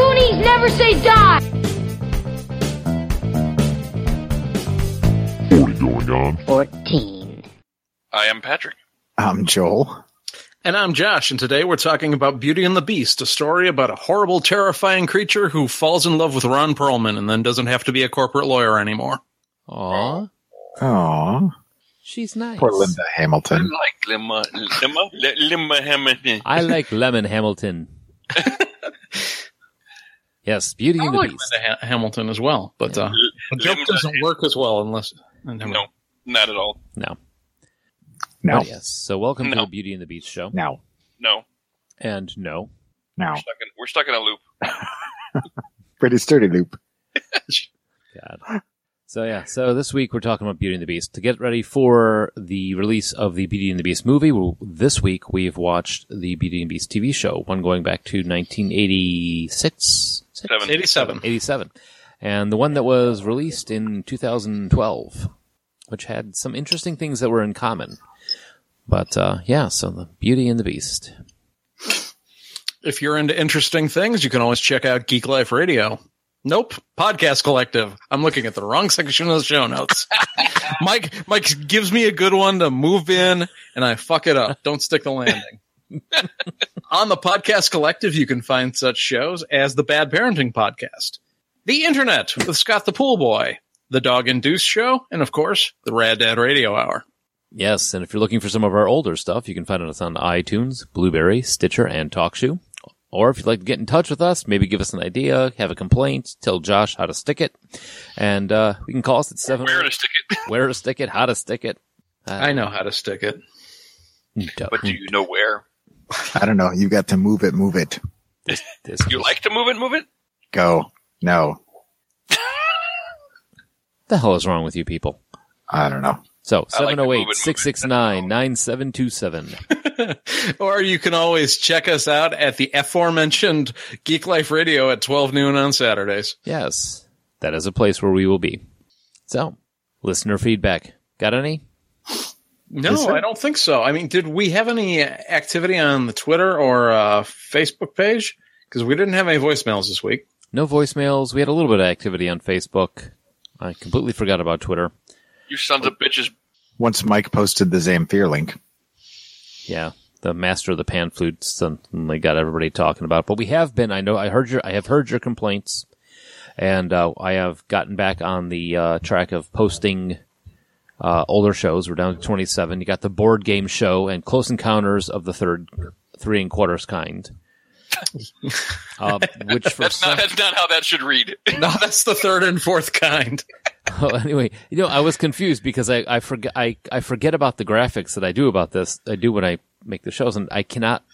never say die! 40 going on. 14. I am Patrick. I'm Um, Joel. And I'm Josh, and today we're talking about Beauty and the Beast, a story about a horrible, terrifying creature who falls in love with Ron Perlman and then doesn't have to be a corporate lawyer anymore. Aw, Aw. she's nice. Poor Linda Hamilton. Like lima, lima, lima, lima I like Lemon Hamilton. yes, Beauty and the like Beast. Linda Ha- Hamilton as well, but uh, the joke Linda doesn't work as well unless. No, not at all. No, No. But yes. So welcome to No. the Beauty and the Beast show. Oh, No. No, And no, No. we're stuck in, we're stuck in a loop. Pretty sturdy loop. God. So yeah, so this week we're talking about Beauty and the Beast. To get ready for the release of the Beauty and the Beast movie, well, this week we've watched the Beauty and the Beast TV show, one going back to 1986, Seven. 87. 87, and the one that was released in 2012, which had some interesting things that were in common. But uh, yeah, so the Beauty and the Beast. If you're into interesting things, you can always check out Geek Life Radio. Nope, Podcast Collective. I'm looking at the wrong section of the show notes. Mike, Mike gives me a good one to move in, and I fuck it up. Don't stick the landing. On the Podcast Collective, you can find such shows as the Bad Parenting Podcast, The Internet with Scott the Pool Boy, The Dog and Deuce Show, and of course, the Rad Dad Radio Hour. Yes, and if you're looking for some of our older stuff, you can find us on iTunes, Blueberry, Stitcher, and TalkShoe. Or if you'd like to get in touch with us, maybe give us an idea, have a complaint, tell Josh how to stick it, and uh, we can call us at seven. Where to stick it? where to stick it? How to stick it? I know how to stick it. But do you know where? I don't know. You got to move it, move it. This- You like to move it, move it? Go. No. the hell is wrong with you people? I don't know. So I like to move it, 708 669 9727. Or you can always check us out at the aforementioned Geek Life Radio at 12 noon on Saturdays. Yes, that is a place where we will be. So, listener feedback. Got any? No, I don't think so. I mean, did we have any activity on the Twitter or uh, Facebook page? Because we didn't have any voicemails this week. No voicemails. We had a little bit of activity on Facebook. I completely forgot about Twitter. You sons of bitches. Once Mike posted the Zamfir link. Yeah, the master of the pan flute suddenly got everybody talking about. it. But we have been. I know. I heard your. I have heard your complaints, and uh, I have gotten back on the uh, track of posting uh, older shows. We're down to twenty seven. You got the board game show and Close Encounters of the Third Three and Quarters Kind. uh, which for That's not, some- that's not how that should read. No, that's the third and fourth kind. Oh, anyway, you know, I was confused because I, I forget I, I forget about the graphics that I do about this. I do when I make the shows, and I cannot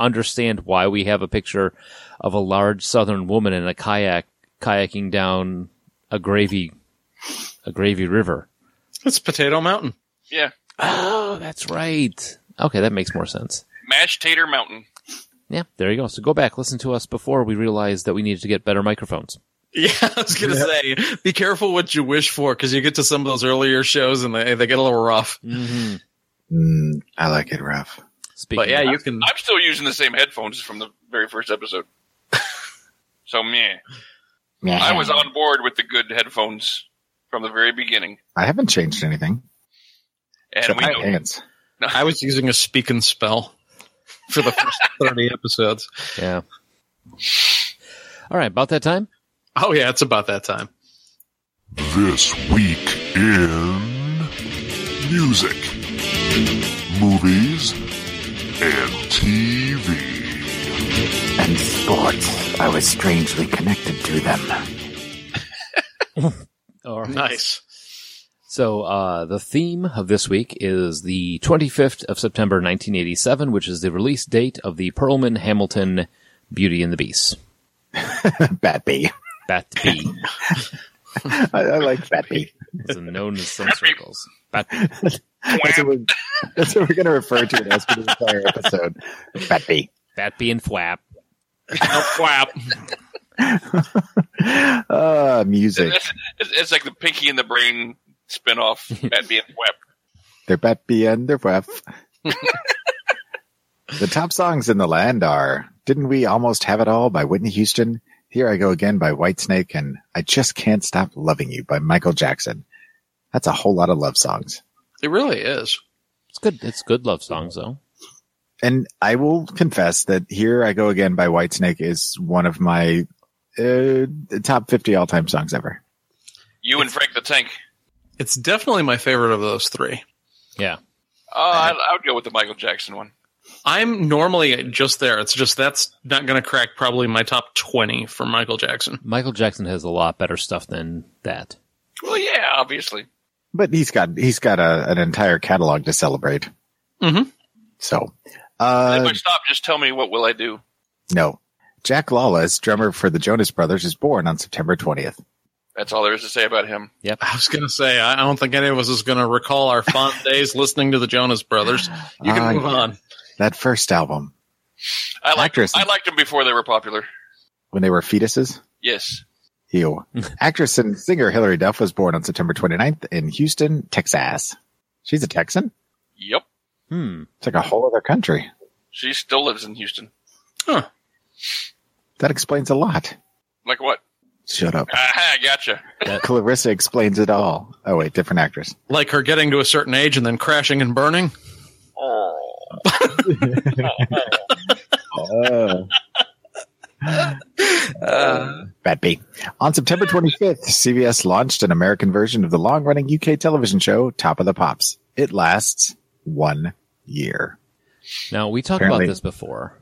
understand why we have a picture of a large Southern woman in a kayak kayaking down a gravy a gravy river. It's Potato Mountain. yeah. Oh, that's right. Okay, that makes more sense. Mash Tater Mountain. Yeah, there you go. So go back, listen to us before we realized that we needed to get better microphones. Yeah, I was going to say, be careful what you wish for because you get to some of those earlier shows and they, they get a little rough. Mm-hmm. Mm, I like it rough. Speaking But yeah, of- you Mm. can. I'm still using the same headphones from the very first episode. so meh. I was on board with the good headphones from the very beginning. I haven't changed anything. And Except we my know pants. I was using a speak and spell for the first 30 episodes. yeah. All right, about that time. Oh, yeah, it's about that time. This week in music, movies, and TV. And sports. I was strangely connected to them. All right. Nice. So uh, the theme of this week is the 25th of September 1987, which is the release date of the Perlman Hamilton Beauty and the Beast. Bat B. Bat B, I, I like Bat B. as known in some circles. Bat B. That's what we're, that's what we're going to refer to it as for the entire episode. Bat B. Bat B and Flap. Uh, music. it's, it's, it's like the Pinky and the Brain spinoff at the web. They're Bat B and they're Wef. the top songs in the land are Didn't We Almost Have It All by Whitney Houston, Here I Go Again by Whitesnake and I Just Can't Stop Loving You by Michael Jackson. That's a whole lot of love songs. It really is. It's good. It's good love songs though. And I will confess that Here I Go Again by Whitesnake is one of my uh, top 50 all time songs ever. You and Frank the Tank. It's definitely my favorite of those three. Yeah. Uh, Uh-huh. I, I would go with the Michael Jackson one. I'm normally just there. It's just that's not going to crack probably my top 20 for Michael Jackson. Michael Jackson has a lot better stuff than that. Well, yeah, obviously. But he's got he's got a, an entire catalog to celebrate. Mhm. So, if uh, I stop, just tell me what will I do. no, Jack Lawless, drummer for the Jonas Brothers, is born on September 20th. That's all there is to say about him. I was going to say, I I don't think any of us is going to recall our fond days listening to the Jonas Brothers. You can Ah, move yeah. on. That first album I liked Actress. I liked him before they were popular. when they were fetuses. Yes. Ew. Actress and singer Hilary Duff was born on September 29th in Houston, Texas. She's a Texan. Yep. Hmm. It's like a whole other country. She still lives in Houston. That explains a lot. Like what? Shut up. Aha, gotcha. Clarissa explains it all. Oh wait, different actress. Like her getting to a certain age and then crashing and burning. Oh. Oh. Bad B. On September 25th, CBS launched an American version of the long-running UK television show Top of the Pops. It lasts one year. Now we talked Apparently. about this before.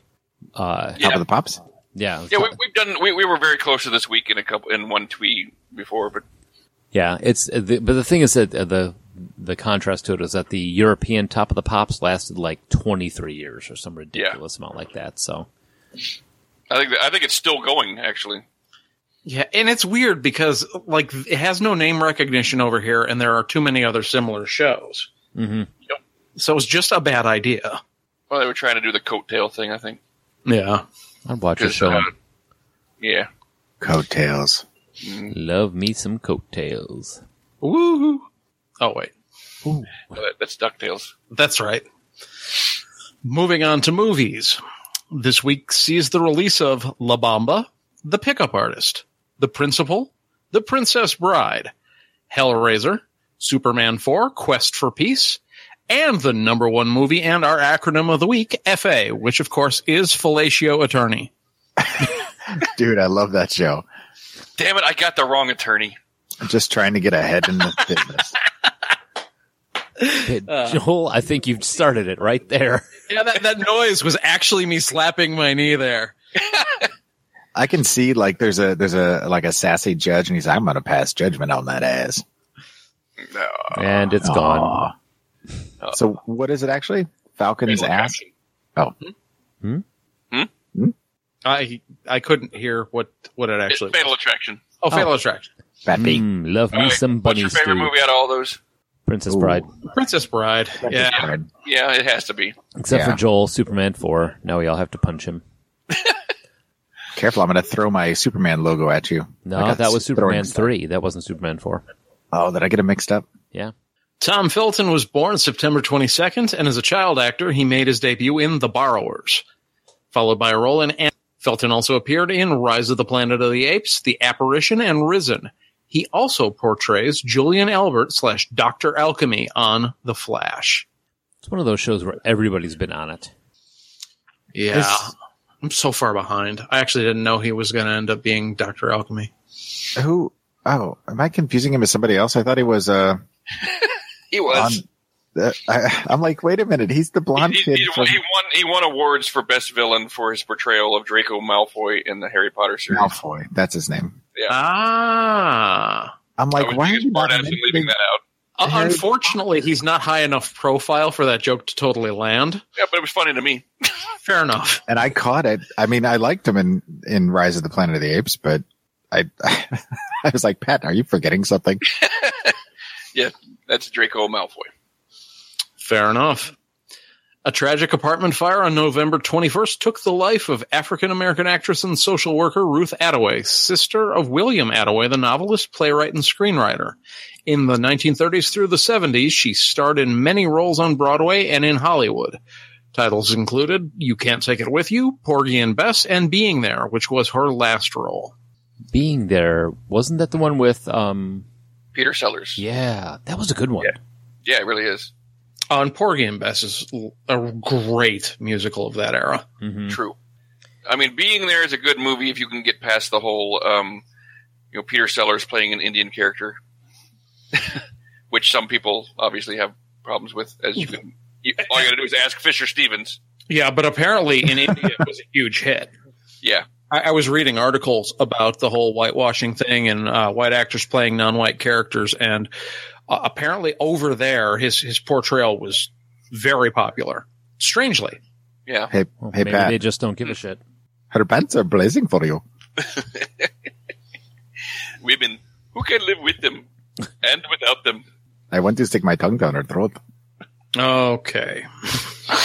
Uh, Yeah. Top of the Pops. yeah, Yeah, we, we've done. We, we were very close to this week in a couple in one tweet before, but yeah. It's uh, the, but the thing is that uh, the the contrast to it is that the European top of the pops lasted like twenty three years or some ridiculous amount like that. So I think I think it's still going actually. Yeah, and it's weird because like it has no name recognition over here, and there are too many other similar shows. Mm-hmm. Mhm. Yep. So it's just a bad idea. Well, they were trying to do the coattail thing, I think. Yeah. I'd watch a 'Cause, show. uh, on yeah, Coattails. Love me some coattails. Woo. Oh wait, that, that's Ducktales. that's right. Moving on to movies. This week sees the release of La Bamba, The Pickup Artist, The Principal, The Princess Bride, Hellraiser, Superman 4, Quest for Peace, and the number one movie and our acronym of the week, FA, which of course is Fellatio Attorney. Dude, I love that show. Damn it! I got the wrong attorney. I'm just trying to get ahead in the business. Joel, I think you've started it right there. Yeah, that, that noise was actually me slapping my knee there. I can see like there's a there's a like a sassy judge and he's like, I'm gonna pass judgment on that ass. No, and it's gone. Aw. So what is it actually? Falcon's ass? I I couldn't hear what what it It's actually was. Fatal Attraction. Oh, Fatal Attraction. Fat B. Mm, love me All right, some What's bunny your favorite stew. movie out of all those? Princess Ooh. Bride. Princess Bride. Yeah. Yeah, it has to be. Except Yeah. for Joel, Superman 4. Now we all have to punch him. Careful, I'm gonna throw my Superman logo at you. I No, got that was throwing Superman stuff. 3. That wasn't Superman 4. Oh, did I get it mixed up? Yeah. Tom Felton was born September 22nd, and as a child actor, he made his debut in The Borrowers, followed by a role in Ant. Felton also appeared in Rise of the Planet of the Apes, The Apparition, and Risen. He also portrays Julian Albert slash Dr. Alchemy on The Flash. It's one of those shows where everybody's been on it. Yeah. This- I'm so far behind. I actually didn't know he was going to end up being Dr. Alchemy. Who oh, am I confusing him with somebody else? I thought he was uh He was. on- uh, I, I'm like, wait a minute, he's the blonde he, kid. he, he from won, he won. He won awards for best villain for his portrayal of Draco Malfoy in the Harry Potter series. Malfoy. That's his name. Ah. I'm I like, was why are thinking you smart not ass in leaving mentioning that out. Uh, Harry unfortunately, he's not high enough profile for that joke to totally land. Yeah, but it was funny to me. Fair enough. and I caught it. I mean, I liked him in in Rise of the Planet of the Apes, but I I was like, Pat, are you forgetting something? That's Draco Malfoy. Fair enough. A tragic apartment fire on November 21st took the life of African American actress and social worker Ruth Attaway, sister of William Attaway, the novelist, playwright, and screenwriter. In the 1930s through the 70s, she starred in many roles on Broadway and in Hollywood. Titles included You Can't Take It With You, Porgy and Bess, and Being There, which was her last role. being there. Wasn't that the one with? um Peter Sellers. Yeah, Yeah, that was a good one. it really is. On Porgy and Bess is l- a great musical of that era. hmm True. I mean, being there is a good movie if you can get past the whole, um, you know, Peter Sellers playing an Indian character, which some people obviously have problems with. As you can, you, all you got to do is ask Fisher Stevens. Yeah, but apparently in India it was a huge hit. Yeah, I, I was reading articles about the whole whitewashing thing and uh, white actors playing non-white characters, and uh, apparently over there, his his portrayal was very popular. Strangely, yeah. Hey, Well, hey maybe they Pat, just don't give a shit. her pants are blazing for you. Women who can live with them and without them. I want to stick my tongue down her throat. okay. uh,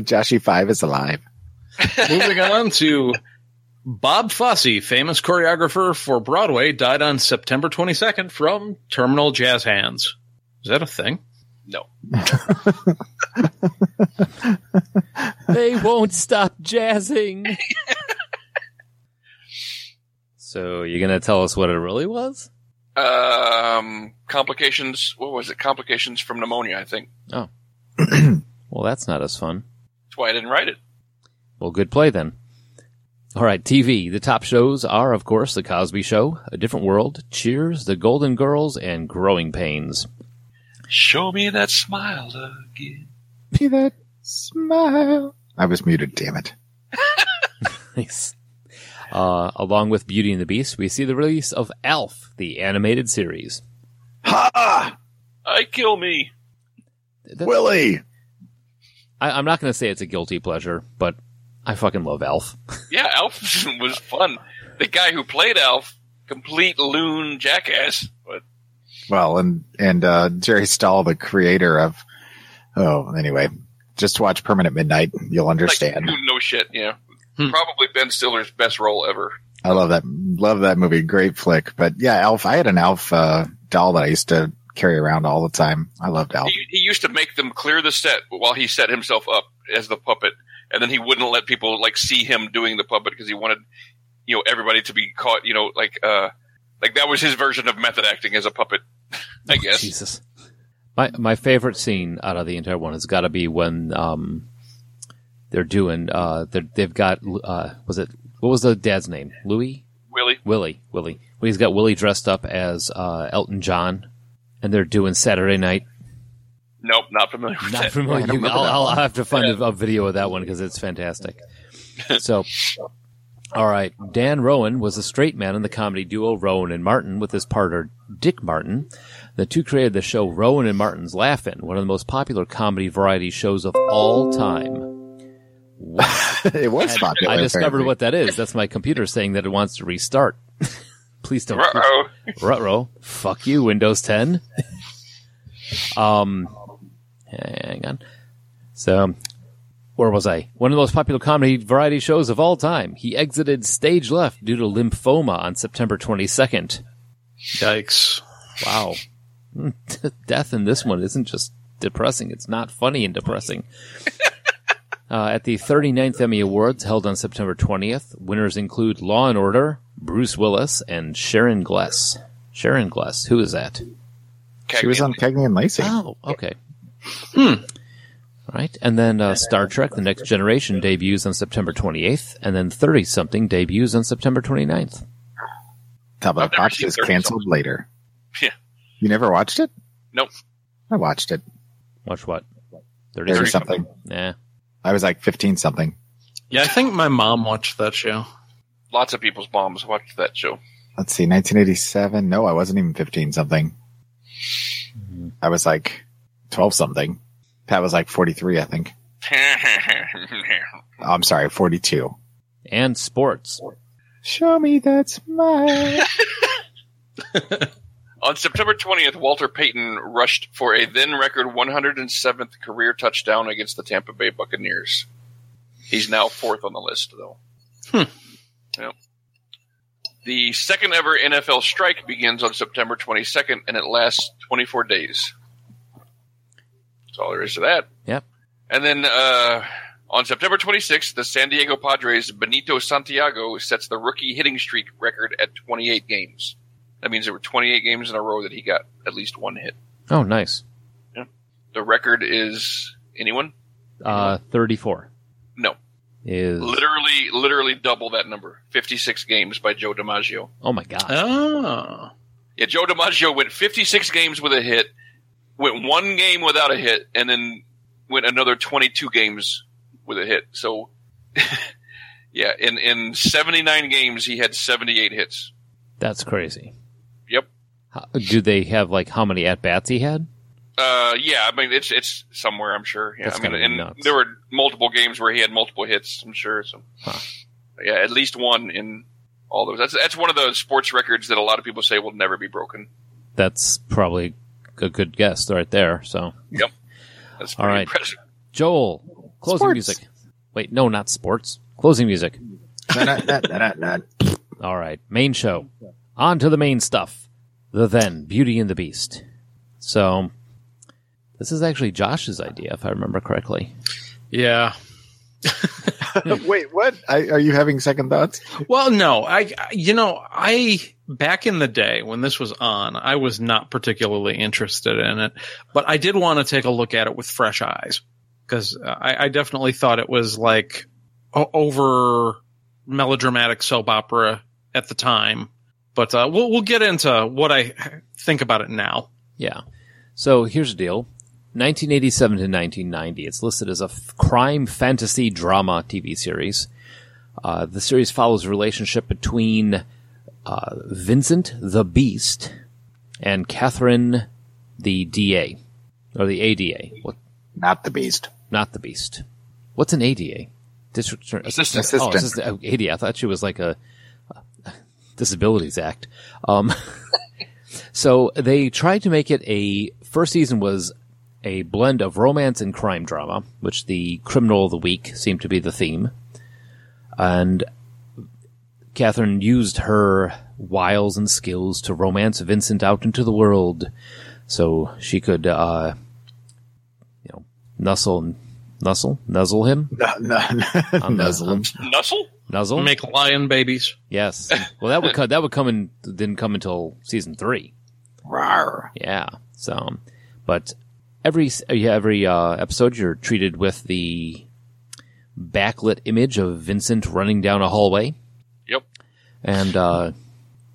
Joshy Five is alive. Moving on to Bob Fosse, famous choreographer for Broadway, died on September 22nd from terminal jazz hands. Is that a thing? No, they won't stop jazzing. so you're gonna tell us what it really was? um, complications. What was it? Complications from pneumonia. I think Well, that's not as fun. that's why I didn't write it. Well, good play then. All right, TV. The top shows are, of course, The Cosby Show, A Different World, Cheers, The Golden Girls, and Growing Pains. Show me that smile again. See that smile. I was muted. Damn it. Nice. Uh, along with Beauty and the Beast, we see the release of Alf, the animated series. Ha! I kill me. That's- Willie. I, I'm not going to say it's a guilty pleasure, but I fucking love Alf. Yeah, Alf was fun. The guy who played Alf, complete loon jackass. But Well, and and uh, Jerry Stahl, the creator of. Oh, anyway, just watch Permanent Midnight. You'll understand. Like, no shit. Yeah, Hmm. probably Ben Stiller's best role ever. I love that. Love that movie. Great flick. But yeah, Alf. I had an Alf uh, doll that I used to carry around all the time. I loved Alf. He, he used to make them clear the set while he set himself up as the puppet, and then he wouldn't let people like see him doing the puppet because he wanted you know everybody to be caught. You know, like uh, like that was his version of method acting as a puppet. I guess. Jesus. My my favorite scene out of the entire one has got to be when um they're doing uh they're, they've got uh was it what was the dad's name Louis Willie, Willie Willie when he's got Willie dressed up as uh Elton John and they're doing Saturday Night. nope, not familiar. With Not that. familiar. don't You- remember I'll, that I'll have to find a, a video of that one because it's fantastic. So, all right. Dan Rowan was a straight man in the comedy duo Rowan and Martin with his partner Dick Martin. The two created the show Rowan and Martin's Laugh-In, one of the most popular comedy variety shows of all time. it was popular. I discovered apparently. what that is. That's my computer saying that it wants to restart. Please don't. Uh-oh. Ruh-roh. Fuck you, Windows 10. um, hang on. So, where was I? One of the most popular comedy variety shows of all time. He exited stage left due to lymphoma on September 22nd. Yikes. Wow. Death in this one isn't just depressing, it's not funny and depressing. Uh, at the 39th Emmy Awards held on September 20th, winners include Law and Order, Bruce Willis, and Sharon Gless. Sharon Gless, who is that? Cag She was on Cagney and Lacey. Oh, okay. All right. And then uh, Star Trek The Next Generation debuts on September 28th, and then 30 something debuts on September 29th. Top of I've the never Pops seen is Dirty canceled later. Yeah. You never watched it? Nope. I watched it. Watch what? 30 There's Dirty something. Nah. I was like 15 something. Yeah, I think my mom watched that show. Lots of people's moms watched that show. Let's see, 1987. No, I wasn't even 15 something. I was like 12 something. Pat was like 43, I think. Oh, I'm sorry, 42. And sports. Show me that smile. on September 20th, Walter Payton rushed for a then record 107th career touchdown against the Tampa Bay Buccaneers. He's now fourth on the list, though. Yep. The second ever NFL strike begins on September 22nd, and it lasts 24 days. That's all there is to that. Yep. And then uh, On September 26th, the San Diego Padres' Benito Santiago sets the rookie hitting streak record at 28 games. That means there were 28 games in a row that he got at least one hit. Oh, nice. The record is anyone? Uh, 34 No. is. Literally, literally double that number. 56 games by Joe DiMaggio. Oh, my God. Oh. Yeah, Joe DiMaggio went 56 games with a hit, went one game without a hit, and then went another 22 games with a hit. So, yeah, in, in 79 games, he had 78 hits. That's crazy. Yep. How, do they have, like, how many at bats he had? Uh, yeah, I mean it's it's somewhere I'm sure. Yeah, That's I mean, gotta be and nuts. there were multiple games where he had multiple hits. I'm sure. So, Huh. yeah, at least one in all those. That's that's one of the sports records that a lot of people say will never be broken. That's probably a good guess right there. So, That's All pretty right. impressive. Joel, closing Sports. music. Wait, no, not sports. Closing music. Na, na, na, na, na, na. All right, main show. On to the main stuff. The then Beauty and the Beast. So, this is actually Josh's idea, if I remember correctly. Yeah. Wait, what? I, are you having second thoughts? Well, no, I, I- you know, I, back in the day when this was on, I was not particularly interested in it, but I did want to take a look at it with fresh eyes because I, I definitely thought it was like o- over melodramatic soap opera at the time. But uh, we'll, we'll get into what I think about it now. Yeah. So here's the deal. 1987 to 1990. It's listed as a f- crime fantasy drama TV series. Uh, the series follows the relationship between uh, Vincent the Beast and Catherine the DA or the ADA. What? Not the beast. Not the Beast. What's an ADA? District Attorney- Assistant. Oh, Assistant. assistant. oh, ADA. I thought she was like a Disabilities Act. Um, so they tried to make it a first season was a blend of romance and crime drama, which the criminal of the week seemed to be the theme. And Catherine used her wiles and skills to romance Vincent out into the world, so she could, uh, you know, nuzzle, nuzzle, nuzzle him, No, no, no. Nuzzle him. Nussle? nuzzle. Make lion babies. Yes. Well, that would co- that would come in didn't come until season three. Rawr. Yeah. So, um, but every s- yeah, every uh, episode you're treated with the backlit image of Vincent running down a hallway, Yep. and uh,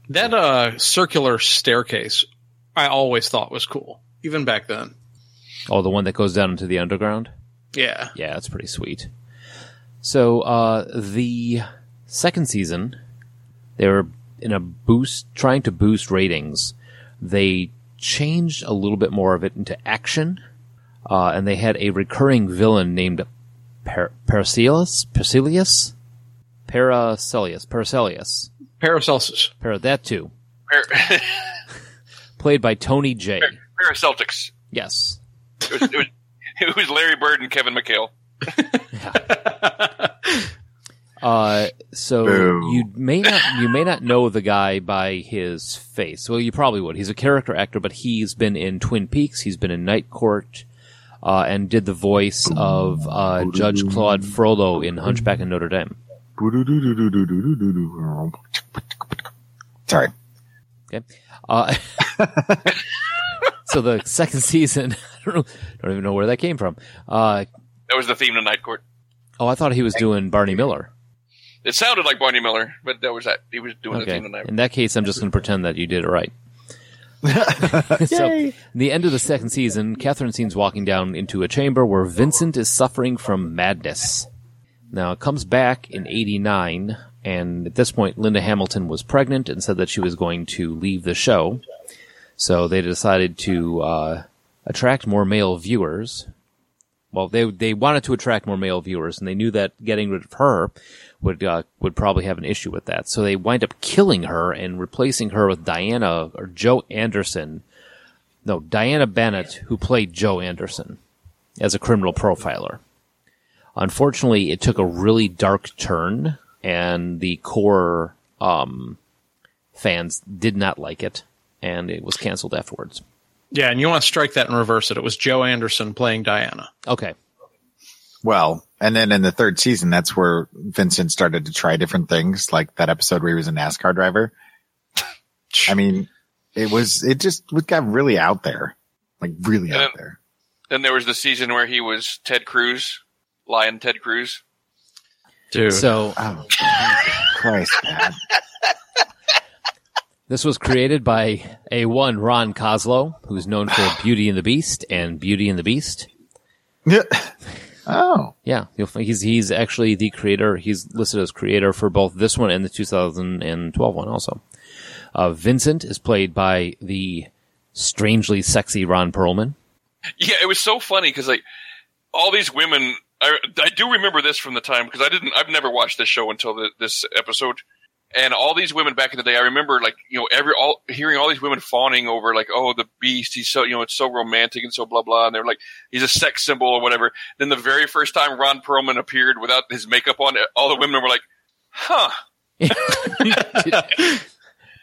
That uh, circular staircase I always thought was cool, even back then. oh, the one that goes down into the underground. Yeah. Yeah, that's pretty sweet. So uh, the second season, they were in a boost, trying to boost ratings. They changed a little bit more of it into action, uh, and they had a recurring villain named per- Paracelsus, Paracelsus, Paracelsus, Paracelsus, Paracelsus. Para that too, Par- played by Tony J. Paraceltics. Yes, It was, it, was, it was Larry Bird and Kevin McHale. Uh, so Boo. you may not you may not know the guy by his face. Well, you probably would. He's a character actor, but he's been in Twin Peaks. He's been in Night Court, uh, and did the voice of uh, Judge Claude Frollo in Hunchback of Notre Dame. Sorry. Okay. Uh, so the second season, I don't, know, don't even know where that came from. Uh, That was the theme to Night Court. oh, I thought he was doing Barney Miller. It sounded like Barney Miller, but that was that. He was doing the Okay. theme to Night In that case, I'm just going to pretend that you did it right. so, in the end of the second season, Catherine seems walking down into a chamber where Vincent is suffering from madness. Now, it comes back in 89, and at this point, Linda Hamilton was pregnant and said that she was going to leave the show. So, they decided to uh, attract more male viewers. Well, they they wanted to attract more male viewers, and they knew that getting rid of her would uh, would probably have an issue with that. So they wind up killing her and replacing her with Diana or Joe Anderson. No, Diana Bennett, who played Joe Anderson as a criminal profiler. Unfortunately, it took a really dark turn, and the core um, fans did not like it, and it was canceled afterwards. Yeah, and you want to strike that and reverse it. It was Joe Anderson playing Diana. Okay. Well, and then in the third season, that's where Vincent started to try different things, like that episode where he was a NASCAR driver. I mean, it was it just it got really out there, like really out Yeah. there. Then there was the season where he was Ted Cruz, Lion Ted Cruz. Dude. So Oh Jesus Christ, Pat. this was created by a one Ron Coslow, who's known for Beauty and the Beast and Beauty and the Beast. Yeah. oh, Yeah, you'll find he's he's actually the creator. He's listed as creator for both this one and the 2012 one also. Uh, Vincent is played by the strangely sexy Ron Perlman. Yeah, it was so funny because like all these women, I, I do remember this from the time because I didn't, I've never watched this show until the, this episode, and all these women back in the day, I remember like you know every all hearing all these women fawning over like oh the beast, he's so you know it's so romantic and so blah blah, and they were like he's a sex symbol or whatever. Then the very first time Ron Perlman appeared without his makeup on, all the women were like, huh.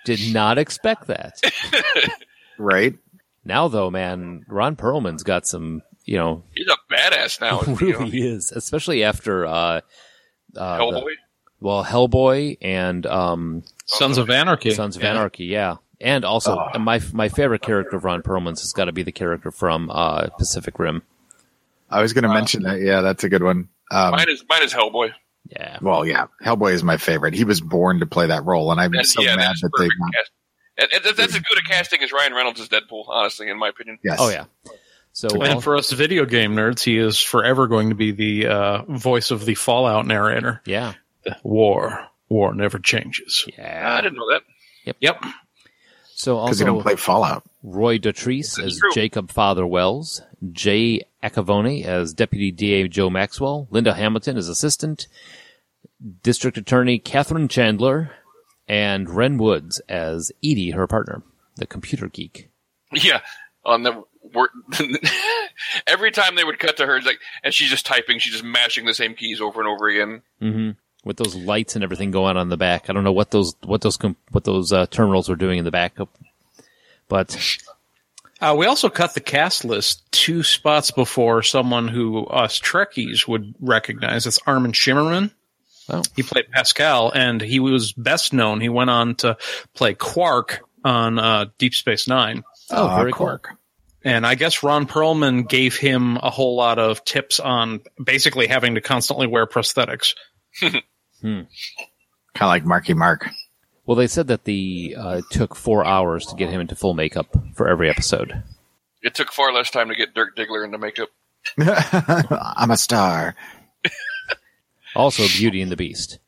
Did not expect that. right. Now though, man, Ron Perlman's got some, you know, He's a badass now. you know. really is, especially after uh, uh, the- Hellboy. well, Hellboy and um, Sons of Anarchy. Sons of Yeah. Anarchy, yeah. And also, Oh. my my favorite character of Ron Perlman's has got to be the character from uh, Pacific Rim. I was going to mention that. Yeah, that's a good one. Um, Mine is mine is Hellboy. Yeah, well, yeah, Hellboy is my favorite. He was born to play that role, and I'm That's- so yeah, mad that's that they. perfect cast. And- and that- that's as good a casting as Ryan Reynolds as Deadpool, honestly, in my opinion. Yes. Oh yeah. So And al- for us video game nerds, he is forever going to be the uh, voice of the Fallout narrator. yeah, War. War never changes. I yeah. didn't know that. Yep. So because they don't also play Fallout. Roy Dotrice as true. Jacob Father Wells, Jay Acavone as Deputy DA Joe Maxwell, Linda Hamilton as Assistant District Attorney Catherine Chandler, and Ren Woods as Edie, her partner, the computer geek. Yeah, on the wor- every time they would cut to her, it's like, and she's just typing, she's just mashing the same keys over and over again. hmm With those lights and everything going on in the back, I don't know what those what those com- what those uh, terminals were doing in the back, but Uh, we also cut the cast list two spots before someone who us Trekkies would recognize. That's Armin Shimmerman. Oh. He played Pascal, and he was best known. He went on to play Quark on uh, Deep Space Nine. oh, Uh, very cool. Quark. And I guess Ron Perlman gave him a whole lot of tips on basically having to constantly wear prosthetics. Kind of like Marky Mark. Well, they said that the uh, it took four hours to get him into full makeup for every episode. It took far less time to get Dirk Diggler into makeup. I'm a star. Also, Beauty and the Beast.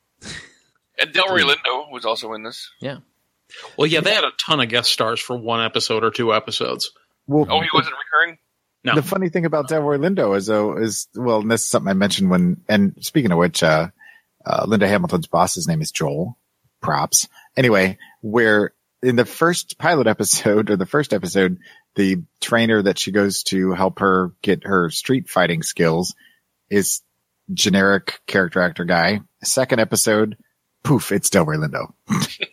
And Hmm. Delroy Lindo was also in this. Yeah, Well, yeah, they had a ton of guest stars for one episode or two episodes. Well, Oh, he wasn't recurring. No. The funny thing about Delroy Lindo is, though, is well, and this is something I mentioned when. And speaking of which, uh, uh, Linda Hamilton's boss's name is Joel. Props. Anyway, where in the first pilot episode or the first episode, the trainer that she goes to help her get her street fighting skills is generic character actor guy. Second episode, poof, it's Delroy Lindo.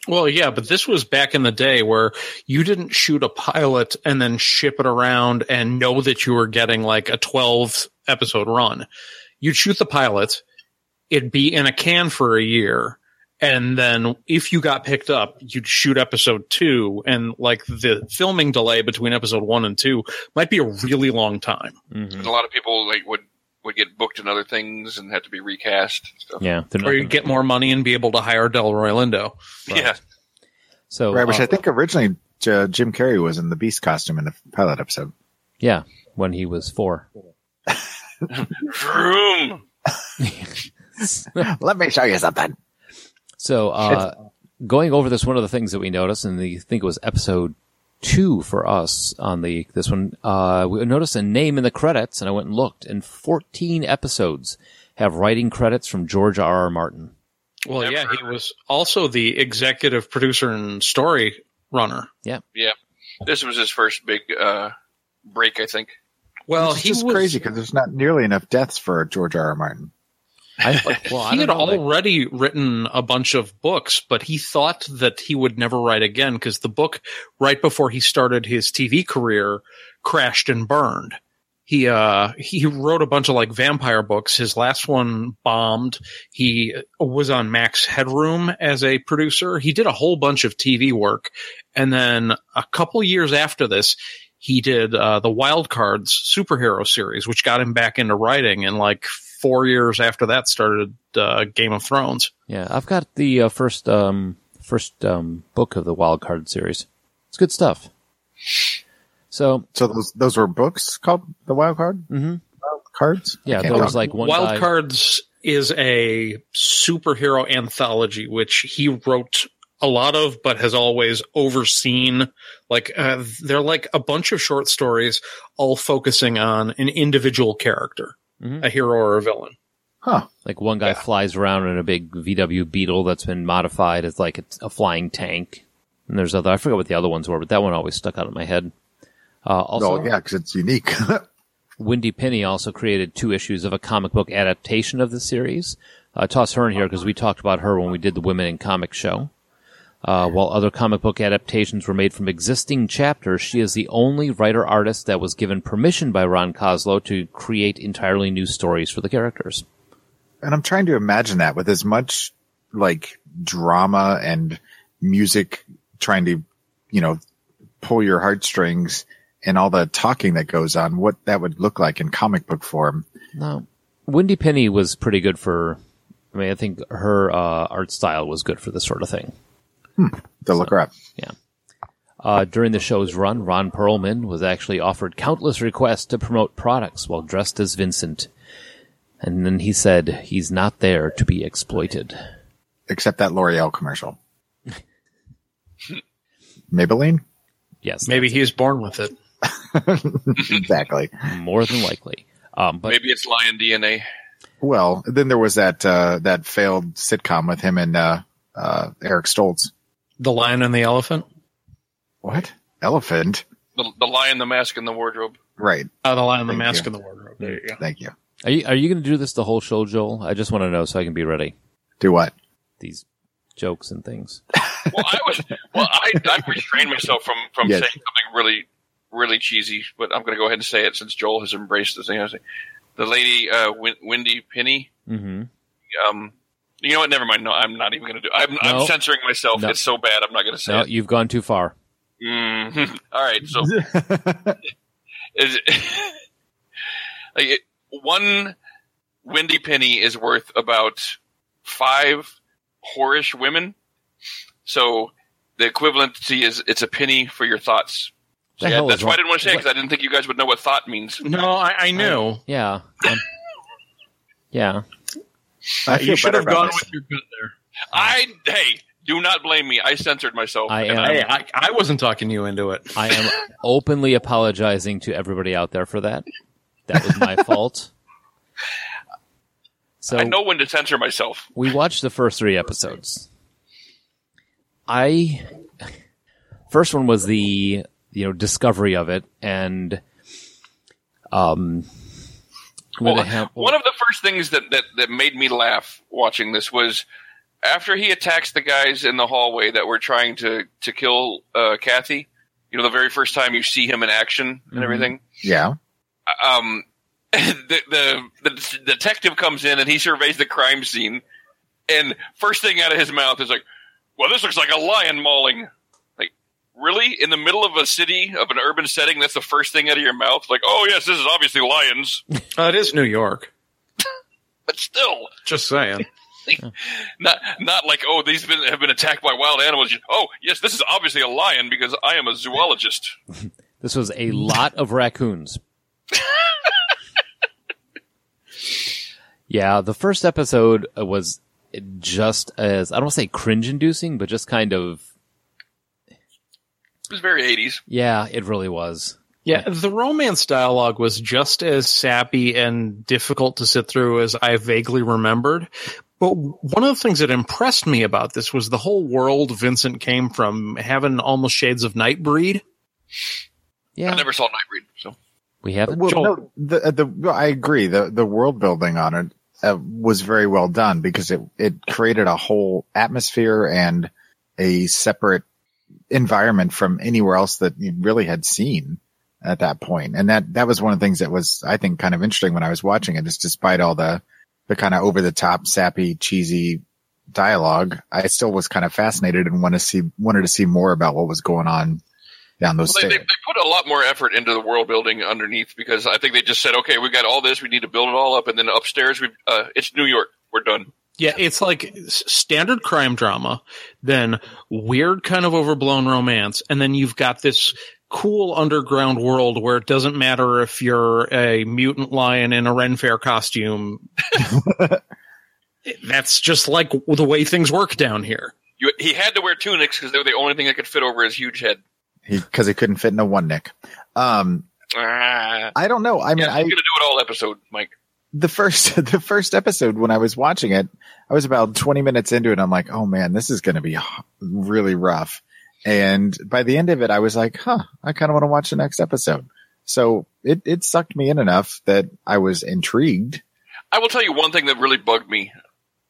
Well, yeah, but this was back in the day where you didn't shoot a pilot and then ship it around and know that you were getting like a 12 episode run. You'd shoot the pilot, it'd be in a can for a year. And then if you got picked up, you'd shoot episode two. And like the filming delay between episode one and two might be a really long time. hmm Mm-hmm. And a lot of people like would would get booked in other things and had to be recast. and Stuff. yeah. they're not Or you'd gonna- get more money and be able to hire Delroy Lindo. Yeah, so Right, which uh, I think originally uh, Jim Carrey was in the Beast costume in the pilot episode. yeah, when he was four. Vroom. Let me show you something. So, uh, going over this, one of the things that we noticed, and the, I think it was episode two for us on the this one, uh, we noticed a name in the credits, and I went and looked, and 14 episodes have writing credits from George R. R. Martin. Well, Never yeah, heard he was also the executive producer and story runner. Yeah, this was his first big uh, break, I think. Oh, Well, It's he just was, crazy because there's not nearly enough deaths for George R. R. Martin. I, well, I He had don't know, like- already written a bunch of books, but he thought that he would never write again because the book right before he started his TV career crashed and burned. He uh he wrote a bunch of like vampire books. His last one bombed. He was on Max Headroom as a producer. He did a whole bunch of TV work, and then a couple years after this, he did uh, the Wild Cards superhero series, which got him back into writing. And like four years after that, started uh, Game of Thrones. Yeah, I've got the uh, first um, first um, book of the Wild Card series. It's good stuff. So So those those were books called the wild card mhm. wild cards. yeah, Okay, there well, was like one Wild guy- Cards is a superhero anthology which he wrote a lot of, but has always overseen. Like uh, they're like a bunch of short stories, all focusing on an individual character, Mhm. a hero or a villain. huh? Like one guy flies around in a big VW Beetle that's been modified as like a, a flying tank. And there's other I forgot what the other ones were, but that one always stuck out in my head. Uh, also, oh yeah, because it's unique. Wendy Penny also created two issues of a comic book adaptation of the series. Uh, toss her in here because we talked about her when we did the Women in Comics show. Uh, while other comic book adaptations were made from existing chapters, she is the only writer artist that was given permission by Ron Coslow to create entirely new stories for the characters. and I'm trying to imagine that with as much like drama and music trying to, you know, pull your heartstrings and all the talking that goes on, what that would look like in comic book form. No, Wendy Penny was pretty good for. I mean, I think her uh, art style was good for this sort of thing. To look her up. Uh, during the show's run, Ron Perlman was actually offered countless requests to promote products while dressed as Vincent. And then he said, he's not there to be exploited. Except that L'Oreal commercial. Maybelline? Yes, Maybe he's born with it. exactly. more than likely. Um, but Maybe it's lion DNA. Well, then there was that uh that failed sitcom with him and uh uh Eric Stoltz. The Lion and the Elephant. What? Elephant? The, the lion, the mask, and the wardrobe. Right. Uh, the Lion, the Thank Mask, you. and the Wardrobe. There you go. Thank you. are you, are you going to do this the whole show, Joel? I just want to know so I can be ready. Do what? These jokes and things. Well, I was. well, I, I restrained myself from from Yes. saying something really, really cheesy, but I'm going to go ahead and say it since Joel has embraced the thing. I was saying. The lady, uh, Win- Wendy Penny. hmm Um, you know what? Never mind. No, I'm not even going to do. I'm, No. I'm censoring myself. No. It's so bad. I'm not going to say No, it. you've gone too far. Mm. All right. So is like it, one Wendy Penny is worth about five whorish women. So the equivalency is it's a penny for your thoughts. The Yeah, hell is that's why I wrong- didn't want to say because I didn't think you guys would know what thought means. No, I, I knew. Yeah. Um, yeah. I Uh, you feel should better have about gone this. with your gut there. I hey, do not blame me. I censored myself. I And am- Hey, I, I wasn't talking you into it. I am openly apologizing to everybody out there for that. That was my fault. So I know when to censor myself. we watched the first three episodes. I first one was the you know discovery of it and um with Well, a ham- one of the first things that, that, that made me laugh watching this was after he attacks the guys in the hallway that were trying to, to kill uh, Kathy, you know, the very first time you see him in action and Mhm. everything. Yeah. Um, the, the, the detective comes in and he surveys the crime scene. And first thing out of his mouth is like, well, this looks like a lion mauling. Like, really? In the middle of a city, of an urban setting, that's the first thing out of your mouth? Like, oh, yes, this is obviously lions. Uh, it is New York. But still. Just saying. Not not like oh these been, have been attacked by wild animals. Oh yes, this is obviously a lion because I am a zoologist. This was a lot of raccoons. yeah, the first episode was just as I don't want to say cringe inducing, but just kind of It was very eighties. yeah, it really was. Yeah, the romance dialogue was just as sappy and difficult to sit through as I vaguely remembered. But one of the things that impressed me about this was the whole world Vincent came from, having almost shades of Nightbreed. Yeah. I never saw Nightbreed, so we haven't Well, Joel. no, the the well, I agree. the The world building on it uh, was very well done because it it created a whole atmosphere and a separate environment from anywhere else that you really had seen. at that point. And that, that was one of the things that was, I think, kind of interesting when I was watching it is despite all the, the kind of over the top, sappy, cheesy dialogue, I still was kind of fascinated and want to see, wanted to see more about what was going on down those Well, they, they, stairs. they put a lot more effort into the world building underneath because I think they just said, okay, we got all this, we need to build it all up, and then upstairs, we uh, it's New York, we're done. Yeah, it's like s- standard crime drama, then weird kind of overblown romance, and then you've got this cool underground world where it doesn't matter if you're a mutant lion in a Ren Fair costume. That's just like the way things work down here. You, he had to wear tunics because they were the only thing that could fit over his huge head. He, cause he couldn't fit in a one nick. Um, Ah. I don't know. I mean, Yeah, I, he's gonna do it all episode, Mike. the first the first episode when I was watching it, I was about 20 minutes into it. I'm like, oh man, this is going to be h- really rough. And by the end of it, I was like, huh, I kind of want to watch the next episode. So it, it sucked me in enough that I was intrigued. I will tell you one thing that really bugged me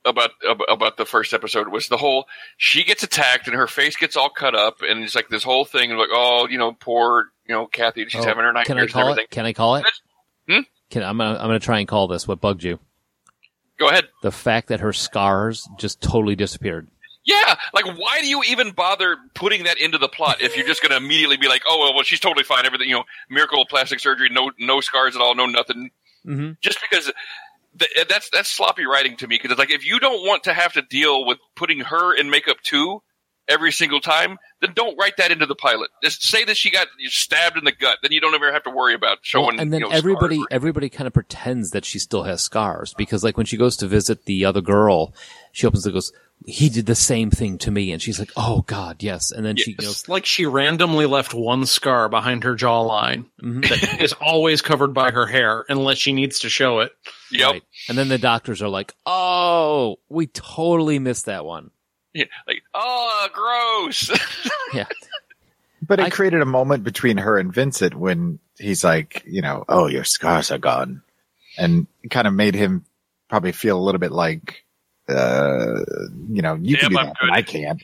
about ab- about the first episode was the whole she gets attacked and her face gets all cut up and it's like this whole thing like oh you know poor you know Kathy she's Oh, having her Can I nightmares and call everything. it? Can I call it? Hmm? Can I'm gonna, I'm gonna try and call this. What bugged you? Go ahead. The fact that her scars just totally disappeared. Yeah, like why do you even bother putting that into the plot if you're just going to immediately be like, oh well, well, she's totally fine, everything, you know, miracle of plastic surgery, no, no scars at all, no nothing, Mm-hmm. just because th- eh, that's that's sloppy writing to me because it's like if you don't want to have to deal with putting her in makeup too every single time, then don't write that into the pilot. Just say that she got stabbed in the gut, then you don't ever have to worry about showing. and then you know, everybody scars. everybody kind of pretends that she still has scars because like when she goes to visit the other girl, she opens and goes, "He did the same thing to me," and she's like, "Oh God, yes." And then she you know, It's like she randomly left one scar behind her jawline "Mm-hmm, that is always covered by her hair unless she needs to show it. Yep. Right. And then the doctors are like, "Oh, we totally missed that one." Yeah, like oh, gross. Yeah. But it I- created a moment between her and Vincent when he's like, you know, oh, your scars are gone. And it kind of made him probably feel a little bit like, uh, you know, you Yep, can do I'm that, but good. I can't.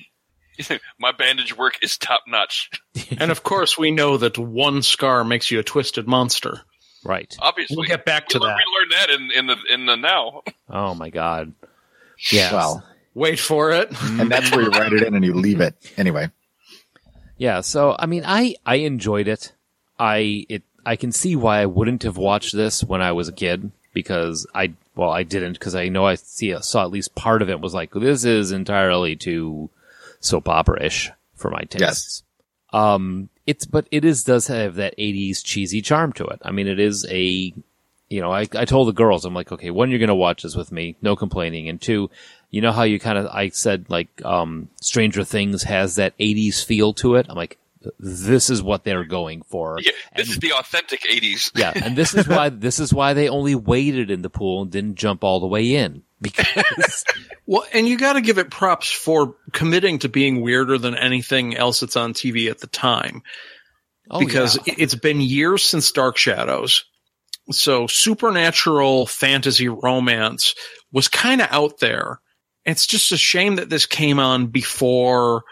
My bandage work is top notch. And of course, we know that one scar makes you a twisted monster. Right. Obviously, We'll get back to we, lear- that. We learned that in, in the in the now. Oh my God. Yeah. Well, Wait for it. and that's where you write it in and you leave it anyway. Yeah, so I mean, I I enjoyed it. I it I can see why I wouldn't have watched this when I was a kid because I well I didn't because I know I see saw at least part of it was like this is entirely too soap opera ish for my tastes. Um, it's but it is does have that '80s cheesy charm to it. I mean, it is a you know, I, I told the girls, I'm like, okay, one, you're going to watch this with me. No complaining. And two, you know how you kind of, I said like, um, Stranger Things has that 80s feel to it. I'm like, this is what they're going for. Yeah, this is and, the authentic '80s. yeah. And this is why, this is why they only waded in the pool and didn't jump all the way in because Well, and you got to give it props for committing to being weirder than anything else that's on TV at the time, oh, because yeah. it- it's been years since Dark Shadows. So supernatural fantasy romance was kind of out there. It's just a shame that this came on before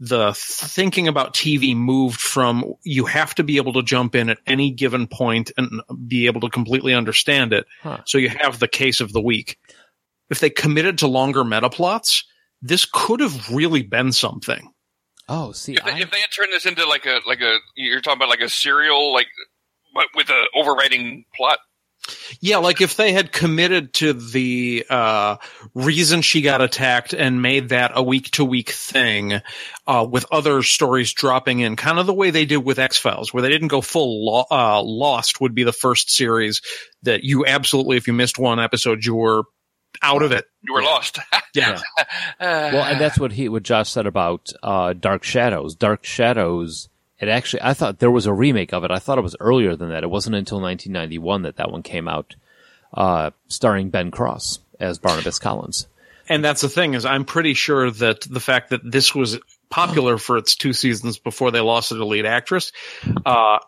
the thinking about TV moved from you have to be able to jump in at any given point and be able to completely understand it. Huh. So you have the case of the week. If they committed to longer meta plots, this could have really been something. oh, see, If they, I- if they had turned this into like a like a you're talking about like a serial like but with a overriding plot. Yeah, like if they had committed to the uh, reason she got attacked and made that a week to week thing uh, with other stories dropping in, kind of the way they did with X Files, where they didn't go full lo- uh, Lost, would be the first series that you absolutely, if you missed one episode, you were out of it. You were lost. Yeah. Well, and that's what he what Josh said about uh, Dark Shadows. Dark Shadows. It actually, I thought there was a remake of it. I thought it was earlier than that. It wasn't until 1991 that that one came out, uh, starring Ben Cross as Barnabas Collins. And that's the thing is, I'm pretty sure that the fact that this was popular for its two seasons before they lost it to lead actress, uh,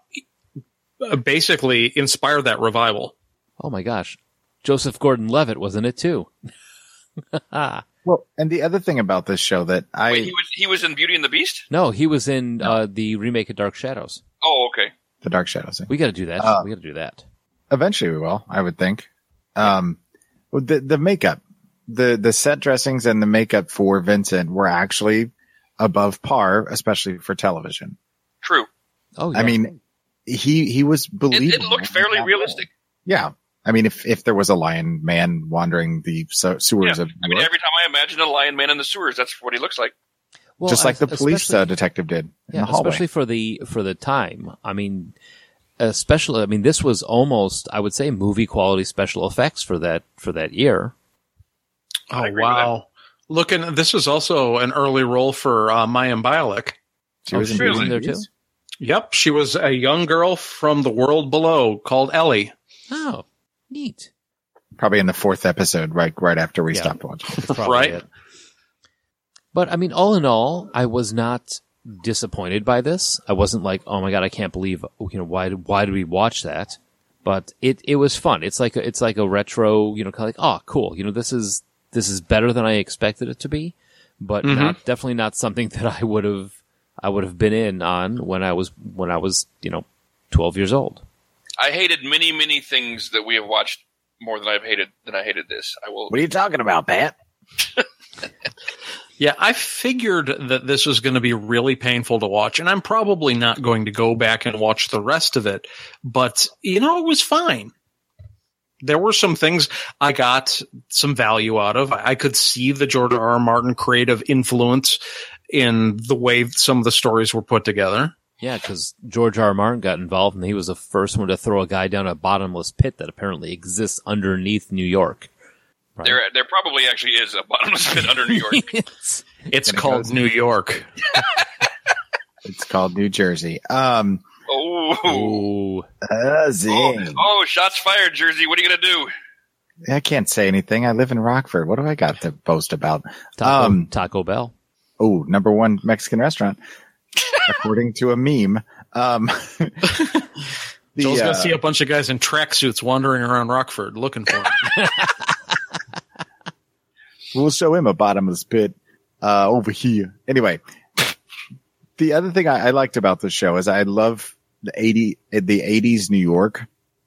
basically inspired that revival. Oh my gosh, Joseph Gordon-Levitt was in it too. Well, and the other thing about this show that I Wait, he was he was in Beauty and the Beast. No, he was in uh, the remake of Dark Shadows. Oh, okay. the Dark Shadows thing. We got to do that. Uh, we got to do that. Eventually, we will. I would think. Um, well, the the makeup, the the set dressings, and the makeup for Vincent were actually above par, especially for television. True. Oh, I mean, he he was It, believable. it looked in fairly that role. realistic. Yeah, I mean, if if there was a lion man wandering the se- sewers Yeah. of I mean, Newark, every time I imagine a lion man in the sewers, that's what he looks like. well, just like es- the police especially- uh, detective did in the hallway. especially for the for the time. I mean, especially. I mean, this was almost, I would say, movie quality special effects for that for that year. Oh agree with wow! Looking, this is also an early role for uh, Mayim Bialik. she Oh, was in she was Beauty in and there the Beast. Yep, she was a young girl from the world below called Ellie. Oh, neat. Probably in the fourth episode, right right after we Yeah. stopped watching. That's probably Right. it. But I mean, all in all, I was not disappointed by this. I wasn't like, oh my god, I can't believe you know why why did we watch that? But it it was fun. It's like a, it's like a retro, you know, kind of like oh cool, you know this is this is better than I expected it to be, but Mhm. not definitely not something that I would have I would have been in on when I was when I was you know twelve years old. I hated many, many things that we have watched more than I've hated than I hated this. I will. What are you talking about, Pat? Yeah, I figured that this was going to be really painful to watch, and I'm probably not going to go back and watch the rest of it. But you know, it was fine. There were some things I got some value out of. I I could see the George R. R. Martin creative influence in the way some of the stories were put together. Yeah, because George R. R. Martin got involved, and he was the first one to throw a guy down a bottomless pit that apparently exists underneath New York. Right? There, there probably actually is a bottomless pit under New York. Yes. It's And it called goes- New York. It's called New Jersey. Um, Oh, Ooh. uh, oh, zing. oh, shots fired, Jersey. What are you gonna do? I can't say anything. I live in Rockford. What do I got to boast about? Taco, Um, Taco Bell. Oh, number one Mexican restaurant, according to a meme. Um, the, Joel's uh, gonna see a bunch of guys in tracksuits wandering around Rockford looking for him. We'll show him a bottomless pit uh, over here. Anyway, the other thing I, I liked about the show is I love the eighty the eighties New York,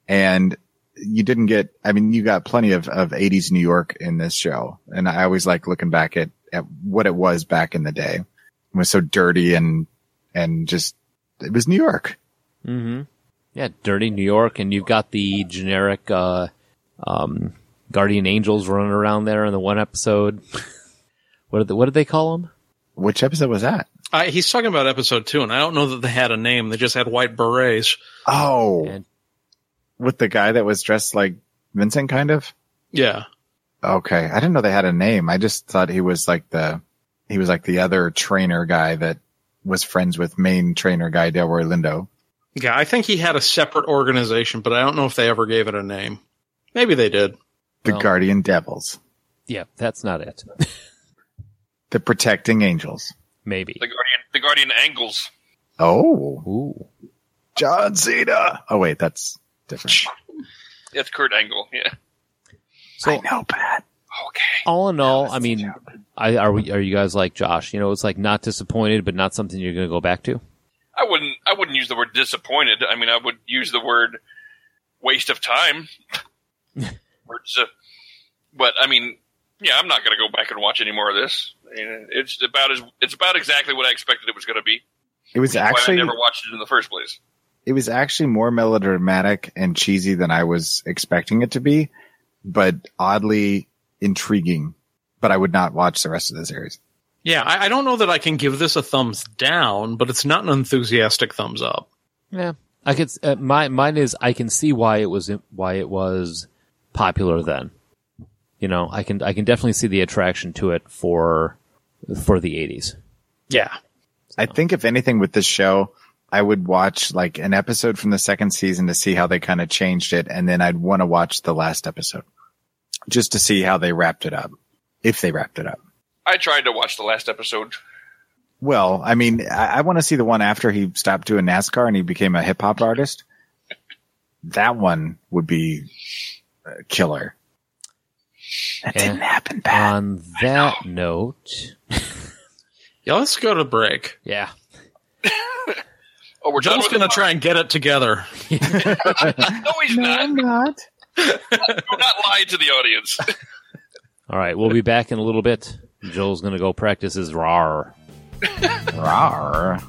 and you didn't get. I mean, you got plenty of of eighties New York in this show, and I always like looking back at at what it was back in the day. It was so dirty and and just it was New York. Mm-hmm. Yeah, dirty New York, and you've got the generic uh, um, guardian angels running around there in the one episode. what did they, what did they call them? Which episode was that? I, he's talking about episode two, and I don't know that they had a name. They just had white berets. Oh, And- with the guy that was dressed like Vincent, kind of. Yeah. Okay. I didn't know they had a name. I just thought he was like the, he was like the other trainer guy that was friends with main trainer guy Delroy Lindo. Yeah, I think he had a separate organization, but I don't know if they ever gave it a name. Maybe they did. The Well- Guardian Devils, Yeah, that's not it. the Protecting Angels. Maybe. The guardian, the guardian angles. Oh, Ooh. John Cena. Oh, wait, that's different. It's Kurt Angle. Yeah. So I know, Pat. Okay. all in all, I mean, I, are we? Are you guys like Josh? You know, it's like not disappointed, but not something you're going to go back to. I wouldn't. I wouldn't use the word disappointed. I mean, I would use the word waste of time. Or dis- but I mean, yeah, I'm not going to go back and watch any more of this. I mean, It's about as it's about exactly what I expected it was going to be. It was actually, Why I never watched it in the first place. it was actually more melodramatic and cheesy than I was expecting it to be, but oddly intriguing. But I would not watch the rest of the series. Yeah, I, I don't know that I can give this a thumbs down, but it's not an enthusiastic thumbs up. Yeah, I could. s- Uh, my mine is I can see why it was why it was popular then. You know, I can I can definitely see the attraction to it for for the eighties. Yeah. I think if anything with this show, I would watch like an episode from the second season to see how they kind of changed it. And then I'd want to watch the last episode just to see how they wrapped it up. If they wrapped it up. I tried to watch the last episode. Well, I mean, I, I want to see the one after he stopped doing NASCAR and he became a hip hop artist. That one would be uh, killer. That Yeah. didn't happen, Pat. On that note, Yeah, let's go to break. yeah, Oh, we're Joel's done going to with try and get it together. try. No, he's not. not. Do not lie to the audience. All right, we'll be back in a little bit. Joel's going to go practice his rar. Uh, Rawr.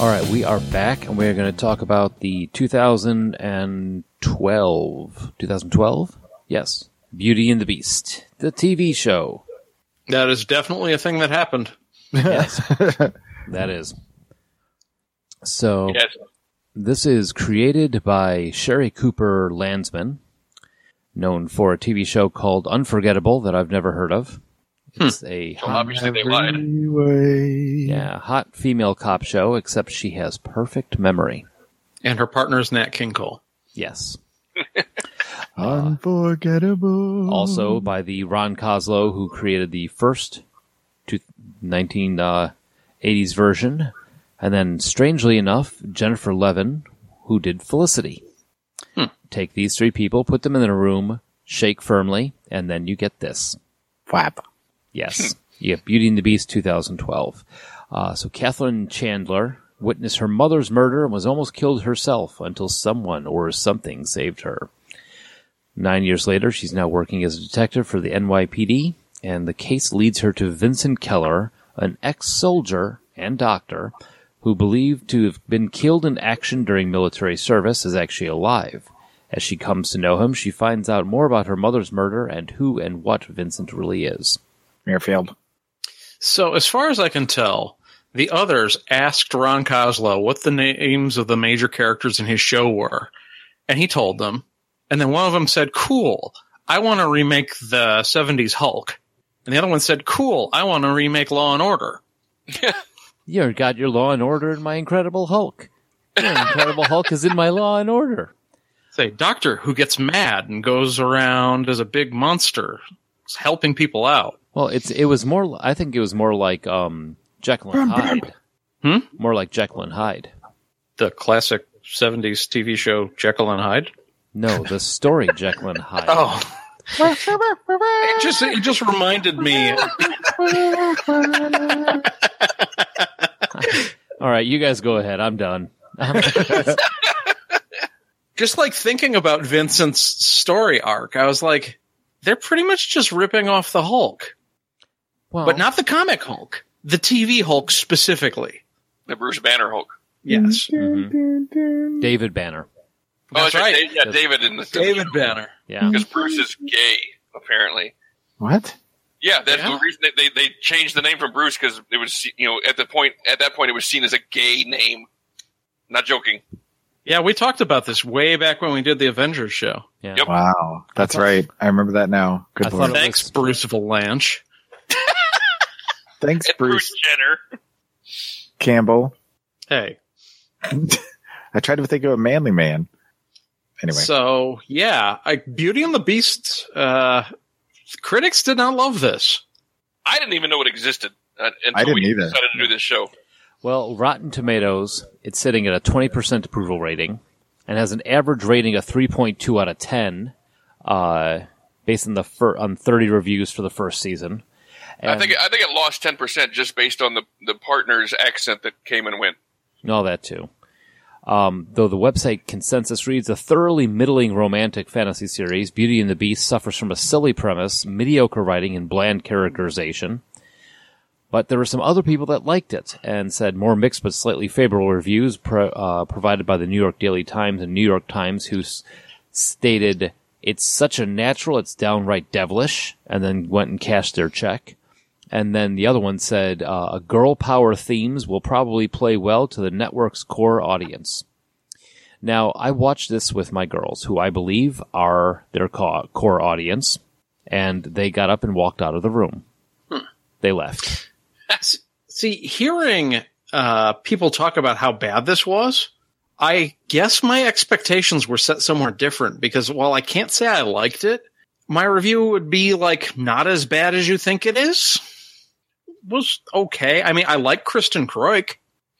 All right, we are back, and we're going to talk about the 2012, 2012, yes, Beauty and the Beast, the TV show. That is definitely a thing that happened. Yes, that is. So yes. This is created by Sherry Cooper Landsman, known for a TV show called Unforgettable that I've never heard of. It's a Well, hot, obviously they lied. Anyway. yeah, hot female cop show, except she has perfect memory. And her partner is Nat King Cole. Yes. Unforgettable. Also by the Ron Coslow, who created the first two- 1980s version. And then, strangely enough, Jennifer Levin, who did Felicity. Take these three people, put them in a room, shake firmly, and then you get this. Whap. Yes. you have Beauty and the Beast 2012. Uh, so Kathleen Chandler witnessed her mother's murder and was almost killed herself until someone or something saved her. Nine years later, she's now working as a detective for the NYPD, and the case leads her to Vincent Keller, an ex soldier and doctor who believed to have been killed in action during military service is actually alive. As she comes to know him, she finds out more about her mother's murder and who and what Vincent really is. Mirfield. So, as far as I can tell, the others asked Ron Coslow what the names of the major characters in his show were, and he told them. And then one of them said, "Cool, I want to remake the '70s Hulk," and the other one said, "Cool, I want to remake Law and Order." You got your Law and Order and my Incredible Hulk. Your Incredible Hulk is in my Law and Order. Say, Doctor who gets mad and goes around as a big monster, helping people out. Well, it's it was more. I think it was more like um, Jekyll and Hyde. Hmm? More like Jekyll and Hyde. The classic '70s TV show Jekyll and Hyde. No, the story Jekyll and Hyde. Oh. It just it just reminded me All right, you guys go ahead. I'm done. just like thinking about Vincent's story arc, I was like, they're pretty much just ripping off the Hulk, Well, but not the comic Hulk, the TV Hulk specifically. The Bruce Banner Hulk. Mm-hmm. Yes, David Banner. Oh, That's that's right. right. Dave- yeah, David in the David Banner. Yeah. Because Bruce is gay, apparently. What? Yeah, that's Yeah. the reason they, they, they changed the name from Bruce because it was se- you know at the point at that point it was seen as a gay name. Not joking. Yeah, we talked about this way back when we did the Avengers show. Yeah. Yep. Wow. That's right. I remember that now. Good I thought lord. it was- Thanks, Bruce Valanche. Thanks, And Bruce. Bruce Jenner. Campbell. Hey, I tried to think of a manly man. Anyway. so yeah, I, Beauty and the Beast. Uh, critics did not love this. I didn't even know it existed uh, until didn't we either. decided to do this show. Well, Rotten Tomatoes, it's sitting at a 20% approval rating and has an average rating of 3.2 out of 10, uh, based on the fir- on 30 reviews for the first season. I think I think it lost ten percent just based on the the partner's accent that came and went. And all that too. Um, though the website consensus reads a thoroughly middling romantic fantasy series, Beauty and the Beast suffers from a silly premise, mediocre writing, and bland characterization. But there were some other people that liked it and said more mixed but slightly favorable reviews pro- uh, provided by the New York Daily Times and New York Times, who s- stated, It's such a natural, it's downright devilish, and then went and cashed their check. And then the other one said, uh, a girl power themes will probably play well to the network's core audience. Now, I watched this with my girls, who I believe are their co- core audience, and they got up and walked out of the room. They left. S- See, hearing uh, people talk about how bad this was, I guess my expectations were set somewhere different because while I can't say I liked it, my review would be like, not as bad as you think it is. Was okay. I mean, I like Kristen Croik.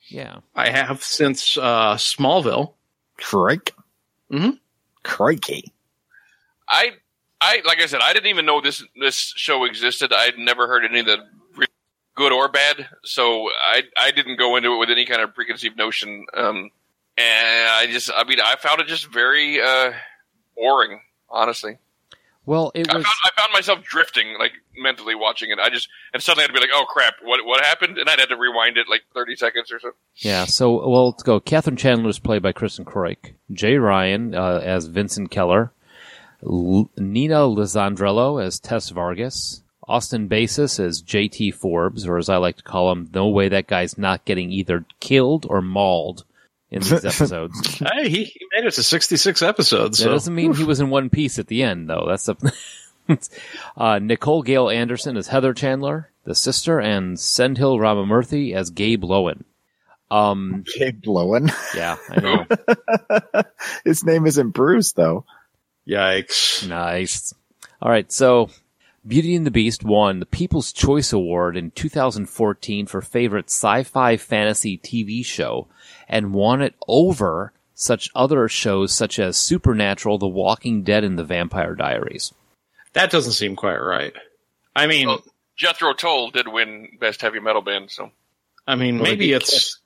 Yeah. I have since uh, Smallville. Crike. Mhm. Crikey. I I like I said, I didn't even know this this show existed. I'd never heard any of the re- good or bad, so I I didn't go into it with any kind of preconceived notion. Um, and I just, I mean, I found it just very uh, boring, honestly. Well, it I was. found, I found myself drifting, like mentally watching it. I just and suddenly I'd be like, "Oh crap, what what happened?" And I'd have to rewind it like thirty seconds or so. Yeah, so, well, let's go. Catherine Chandler is played by Kristen Croik. Jay Ryan uh, as Vincent Keller. L- Nina Lisandrello as Tess Vargas. Austin Basis as JT Forbes, or as I like to call him, no way that guy's not getting either killed or mauled in these episodes. Hey, he, he made it to 66 episodes. That So. doesn't mean he was in one piece at the end, though. That's something. uh, Nicole Gale Anderson as Heather Chandler, the sister, and Sendhil Ramamurthy as Gabe Lowen. Um, Gabe Lowen. yeah, I know. His name isn't Bruce though. Yikes. Nice. All right, so Beauty and the Beast won the People's Choice Award in 2014 for favorite sci-fi fantasy TV show and won it over such other shows such as Supernatural, The Walking Dead, and The Vampire Diaries. That doesn't seem quite right. I mean, Well, Jethro Tull did win Best Heavy Metal Band, so I mean, maybe Like, it's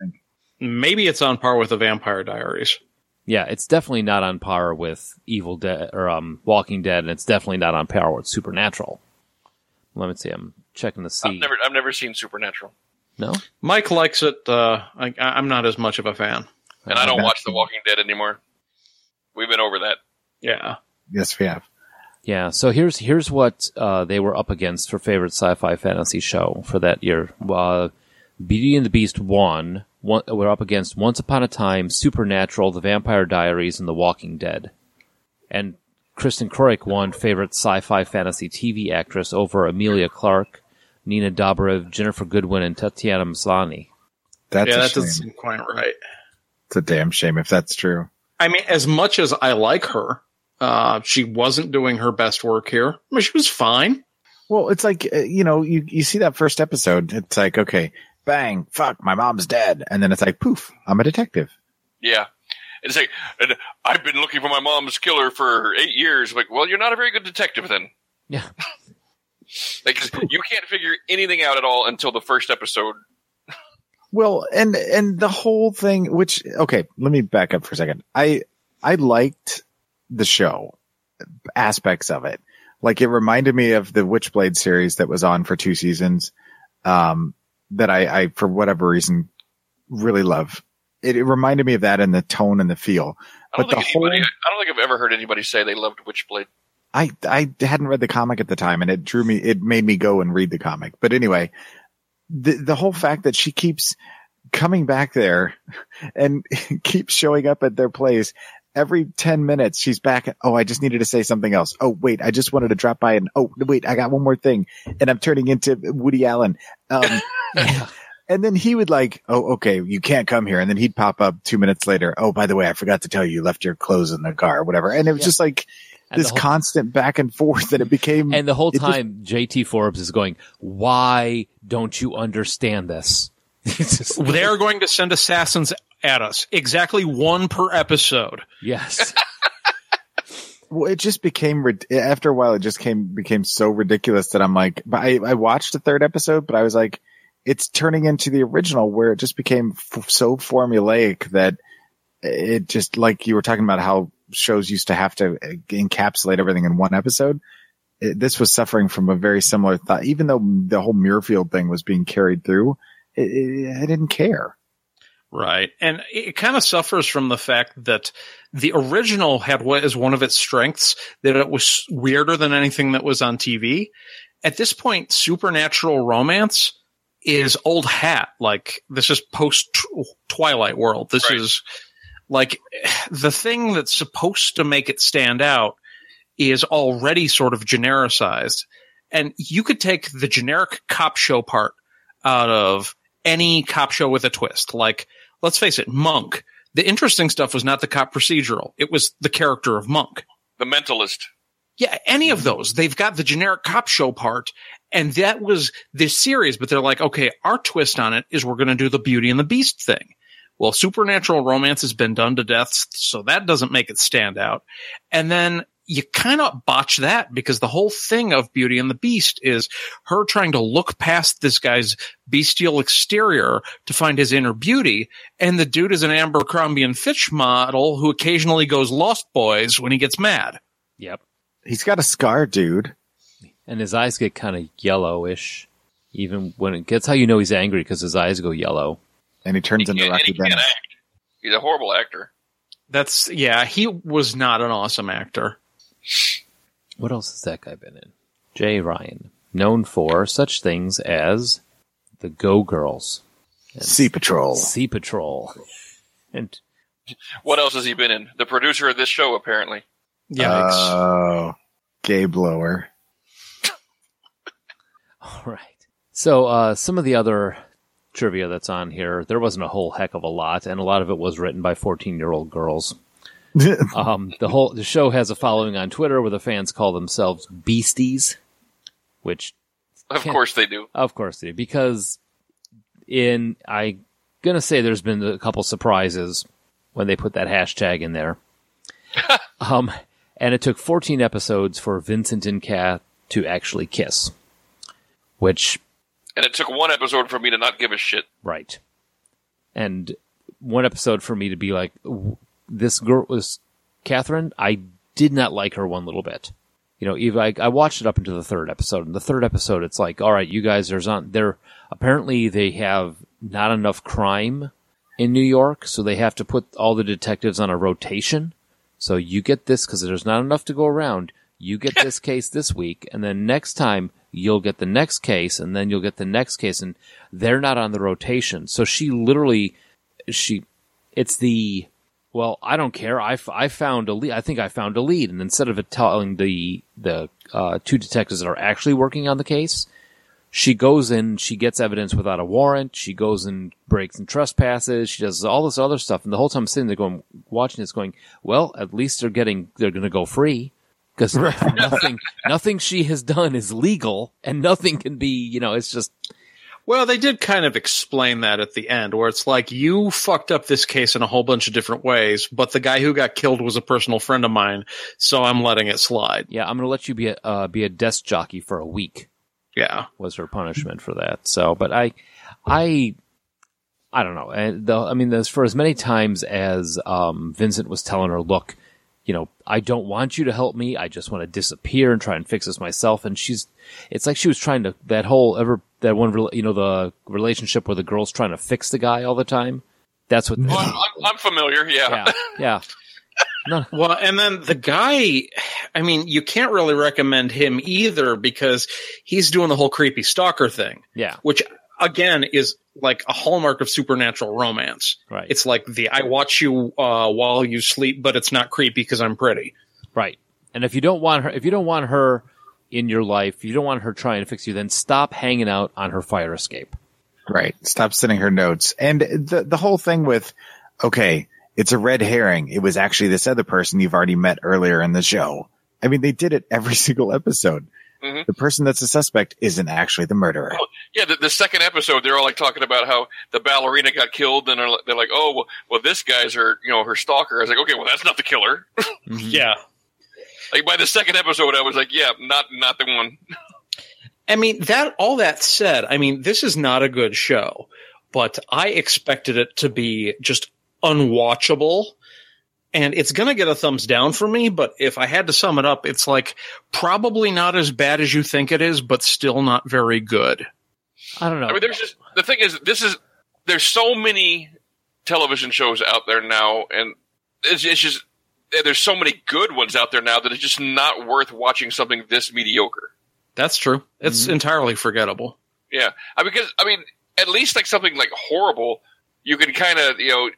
maybe it's on par with the Vampire Diaries. Yeah, it's definitely not on par with Evil Dead or um, Walking Dead, and it's definitely not on par with Supernatural. Let me see. I'm checking to see. I've never I've never seen Supernatural, no, Mike likes it. Uh, I, I- I'm not as much of a fan. and I don't that's- watch The Walking Dead anymore. We've been over that. Yeah. Yes, we have. Yeah, so here's here's what uh, they were up against for favorite sci-fi fantasy show for that year. Uh, Beauty and the Beast won. One, we're up against Once Upon a Time, Supernatural, The Vampire Diaries, and The Walking Dead. And Kristen Croik won favorite sci-fi fantasy TV actress over Amelia Clark, Nina Dobrev, Jennifer Goodwin, and Tatiana Maslany. That's yeah, a that shame. doesn't seem quite right. It's a damn shame if that's true. I mean, as much as I like her, uh, she wasn't doing her best work here. I mean, she was fine. Well, it's like uh, you know, you you see that first episode, it's like okay, bang, fuck, my mom's dead, and then it's like poof, I'm a detective. Yeah. It's like, and I've been looking for my mom's killer for eight years. Like, well, you're not a very good detective then. Yeah. Like, 'cause you can't figure anything out at all until the first episode. Well, and and the whole thing, which okay, let me back up for a second. I I liked the show aspects of it. Like it reminded me of the Witchblade series that was on for two seasons, um, that I, I for whatever reason really love. It, it reminded me of that in the tone and the feel. I don't, But think the whole- anybody, I don't think I've ever heard anybody say they loved Witchblade. I I hadn't read the comic at the time, and it drew me. It made me go and read the comic. But anyway, the the whole fact that she keeps coming back there and keeps showing up at their place every 10 minutes she's back oh i just needed to say something else oh wait i just wanted to drop by and oh wait i got one more thing and i'm turning into woody allen um, and then he would like oh okay you can't come here and then he'd pop up two minutes later oh by the way i forgot to tell you you left your clothes in the car or whatever and it was Yeah. just like And this the whole- constant back and forth that it became And the whole it just- time, JT Forbes is going, "Why don't you understand this?" It's just- They are going to send assassins at us. Exactly one per episode. yes. well, it just became rid- after a while it just came became so ridiculous that i'm like but i, I watched the third episode but i was like it's turning into the original where it just became f- so formulaic that it just like you were talking about how shows used to have to uh, encapsulate everything in one episode it, this was suffering from a very similar thought even though the whole muirfield thing was being carried through it, it, i didn't care Right. And it kind of suffers from the fact that the original had what is one of its strengths that it was weirder than anything that was on TV. At this point, supernatural romance is old hat. Like this is post Twilight world. This Right. is like the thing that's supposed to make it stand out is already sort of genericized. And you could take the generic cop show part out of any cop show with a twist. Like, let's face it, Monk. The interesting stuff was not the cop procedural. It was the character of Monk. The Mentalist. Yeah, any of those. They've got the generic cop show part. And that was this series, but they're like, okay, our twist on it is we're going to do the Beauty and the Beast thing. Well, supernatural romance has been done to death, so that doesn't make it stand out. And then you cannot botch that because the whole thing of Beauty and the Beast is her trying to look past this guy's bestial exterior to find his inner beauty. And the dude is an Amber Crombie and Fitch model who occasionally goes Lost Boys when he gets mad. Yep. He's got a scar, dude. And his eyes get kind of yellowish, even when it gets how you know he's angry because his eyes go yellow. And he turns into can't- and Rocky he can't Dennis. act. He's a horrible actor. That's, yeah, he was not an awesome actor. What else has that guy been in? Jay Ryan, known for such things as the Go Girls, Sea Patrol. Sea Patrol, and What else has he been in? The producer of this show, apparently. Yikes. Oh, gay blower. All right. So uh, some of the other trivia that's on here, there wasn't a whole heck of a lot, and a lot of it was written by fourteen-year-old girls. Um, the whole the show has a following on Twitter where the fans call themselves Beasties, which Of Yeah. course they do. of course they do because in I gonna say there's been a couple surprises when they put that hashtag in there. um, and it took 14 episodes for Vincent and Kath to actually kiss, which And it took one episode for me to not give a shit. Right. And one episode for me to be like, w- this girl was Catherine. I did not like her one little bit. You know, even I, I watched it up into the third episode. And the third episode, it's like, all right, you guys, there's on there. Apparently, they have not enough crime in New York, so they have to put all the detectives on a rotation. So you get this because there's not enough to go around. You get this case this week, and then next time you'll get the next case, and then you'll get the next case, and they're not on the rotation. So she literally, she, it's the, well, I don't care. I, f- I found a lead. I think I found a lead, and instead of it telling the the uh, two detectives that are actually working on the case, she goes in, she gets evidence without a warrant, she goes and breaks and trespasses, she does all this other stuff, and the whole time I'm sitting there going, watching this going, well, at least they're getting, they're gonna go free. Cause nothing, nothing she has done is legal, and nothing can be, you know, it's just, Well, they did kind of explain that at the end, where it's like you fucked up this case in a whole bunch of different ways, but the guy who got killed was a personal friend of mine, so I'm letting it slide. yeah, I'm gonna let you be a, uh, be a desk jockey for a week. Yeah. was her punishment for that. So, but I, I, I don't know. And the, I mean, as for as many times as um, Vincent was telling her, look, you know, I don't want you to help me. I just want to disappear and try and fix this myself. And she's, it's like she was trying to that whole ever that one, rela- you know, the relationship where the girl's trying to fix the guy all the time. That's what. Well, I'm, I'm, I'm familiar, yeah. yeah, yeah. Well, and then the guy, I mean, you can't really recommend him either because he's doing the whole creepy stalker thing, Yeah, which again is like a hallmark of supernatural romance. right. It's like the I watch you uh, while you sleep, but it's not creepy because I'm pretty. Right. And if you don't want her, if you don't want her in your life, you don't want her trying to fix you, then stop hanging out on her fire escape. Right. Stop sending her notes. And the the whole thing with okay, it's a red herring. It was actually this other person you've already met earlier in the show. I mean, they did it every single episode. Mhm. The person that's the suspect isn't actually the murderer. Yeah, the, the second episode, they're all like talking about how the ballerina got killed, and they're, like- they're like, "Oh, well, well, this guy's her, you know, her stalker." I was like, "Okay, well, that's not the killer." Mm-hmm. Yeah. Like by the second episode, I was like, "Yeah, not not the one." I mean, that all that said, I mean, this is not a good show, but I expected it to be just unwatchable. And it's going to get a thumbs down for me, but if I had to sum it up, it's like probably not as bad as you think it is, but still not very good. I don't know. I mean, there's just the thing is, this is there's so many television shows out there now, and it's, it's just there's so many good ones out there now that it's just not worth watching something this mediocre. That's true. It's entirely forgettable. Yeah, I mean, because I mean, at least like something like horrible, you can kind of you know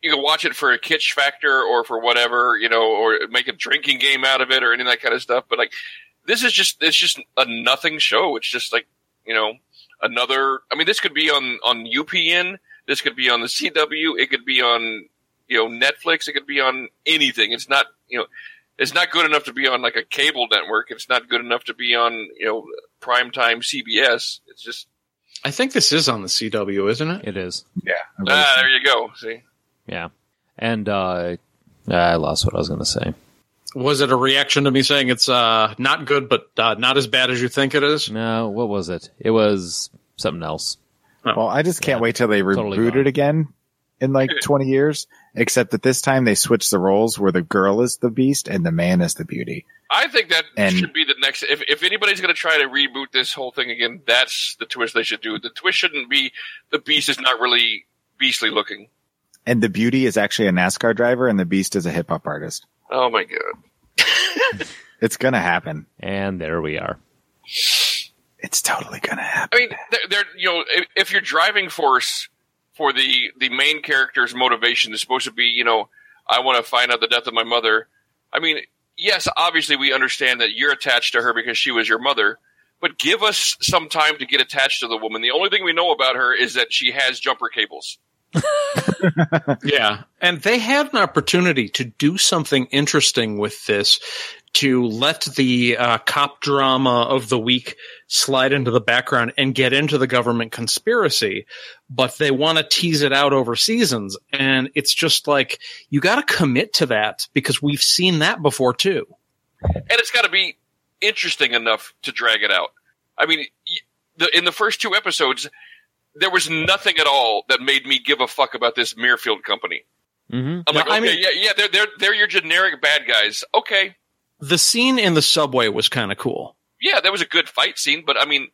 you can watch it for a kitsch factor or for whatever you know, or make a drinking game out of it or any of that kind of stuff. But like, this is just it's just a nothing show. It's just like you know another. I mean, this could be on on UPN. This could be on the CW. It could be on you know Netflix. It could be on anything. It's not you know. It's not good enough to be on like a cable network. It's not good enough to be on, you know, primetime CBS. It's just I think this is on the CW, isn't it? it is. Ah, there you go. See, Yeah. And uh I lost what I was going to say. Was it a reaction to me saying it's uh, not good, but uh, not as bad as you think it is? No, what was it? It was something else. Well, I just can't wait till they reboot totally gone. it again in like 20 years, except that this time they switch the roles where the girl is the beast and the man is the beauty. I think that And- should be the next. If, if anybody's going to try to reboot this whole thing again, that's the twist they should do. The twist shouldn't be the beast is not really beastly looking. And the beauty is actually a NASCAR driver and the beast is a hip hop artist. Oh my god! It's going to happen. And there we are. It's totally going to I happen. mean, they're, they're you know, if, if your driving force for the the main character's motivation is supposed to be, you know, I want to find out the death of my mother. I mean, yes, obviously we understand that you're attached to her because she was your mother, but give us some time to get attached to the woman. The only thing we know about her is that she has jumper cables. Yeah. And they had an opportunity to do something interesting with this to let the uh, cop drama of the week slide into the background and get into the government conspiracy. But they want to tease it out over seasons. And it's just like, you got to commit to that because we've seen that before too. and it's got to be interesting enough to drag it out. I mean, y- the, in the first two episodes, there was nothing at all that made me give a fuck about this Mirfield company. Mm-hmm. I'm Yeah, like, okay, I mean- yeah, yeah, they're they're they're your generic bad guys. Okay, The scene in the subway was kind of cool. yeah, that was a good fight scene, but I mean,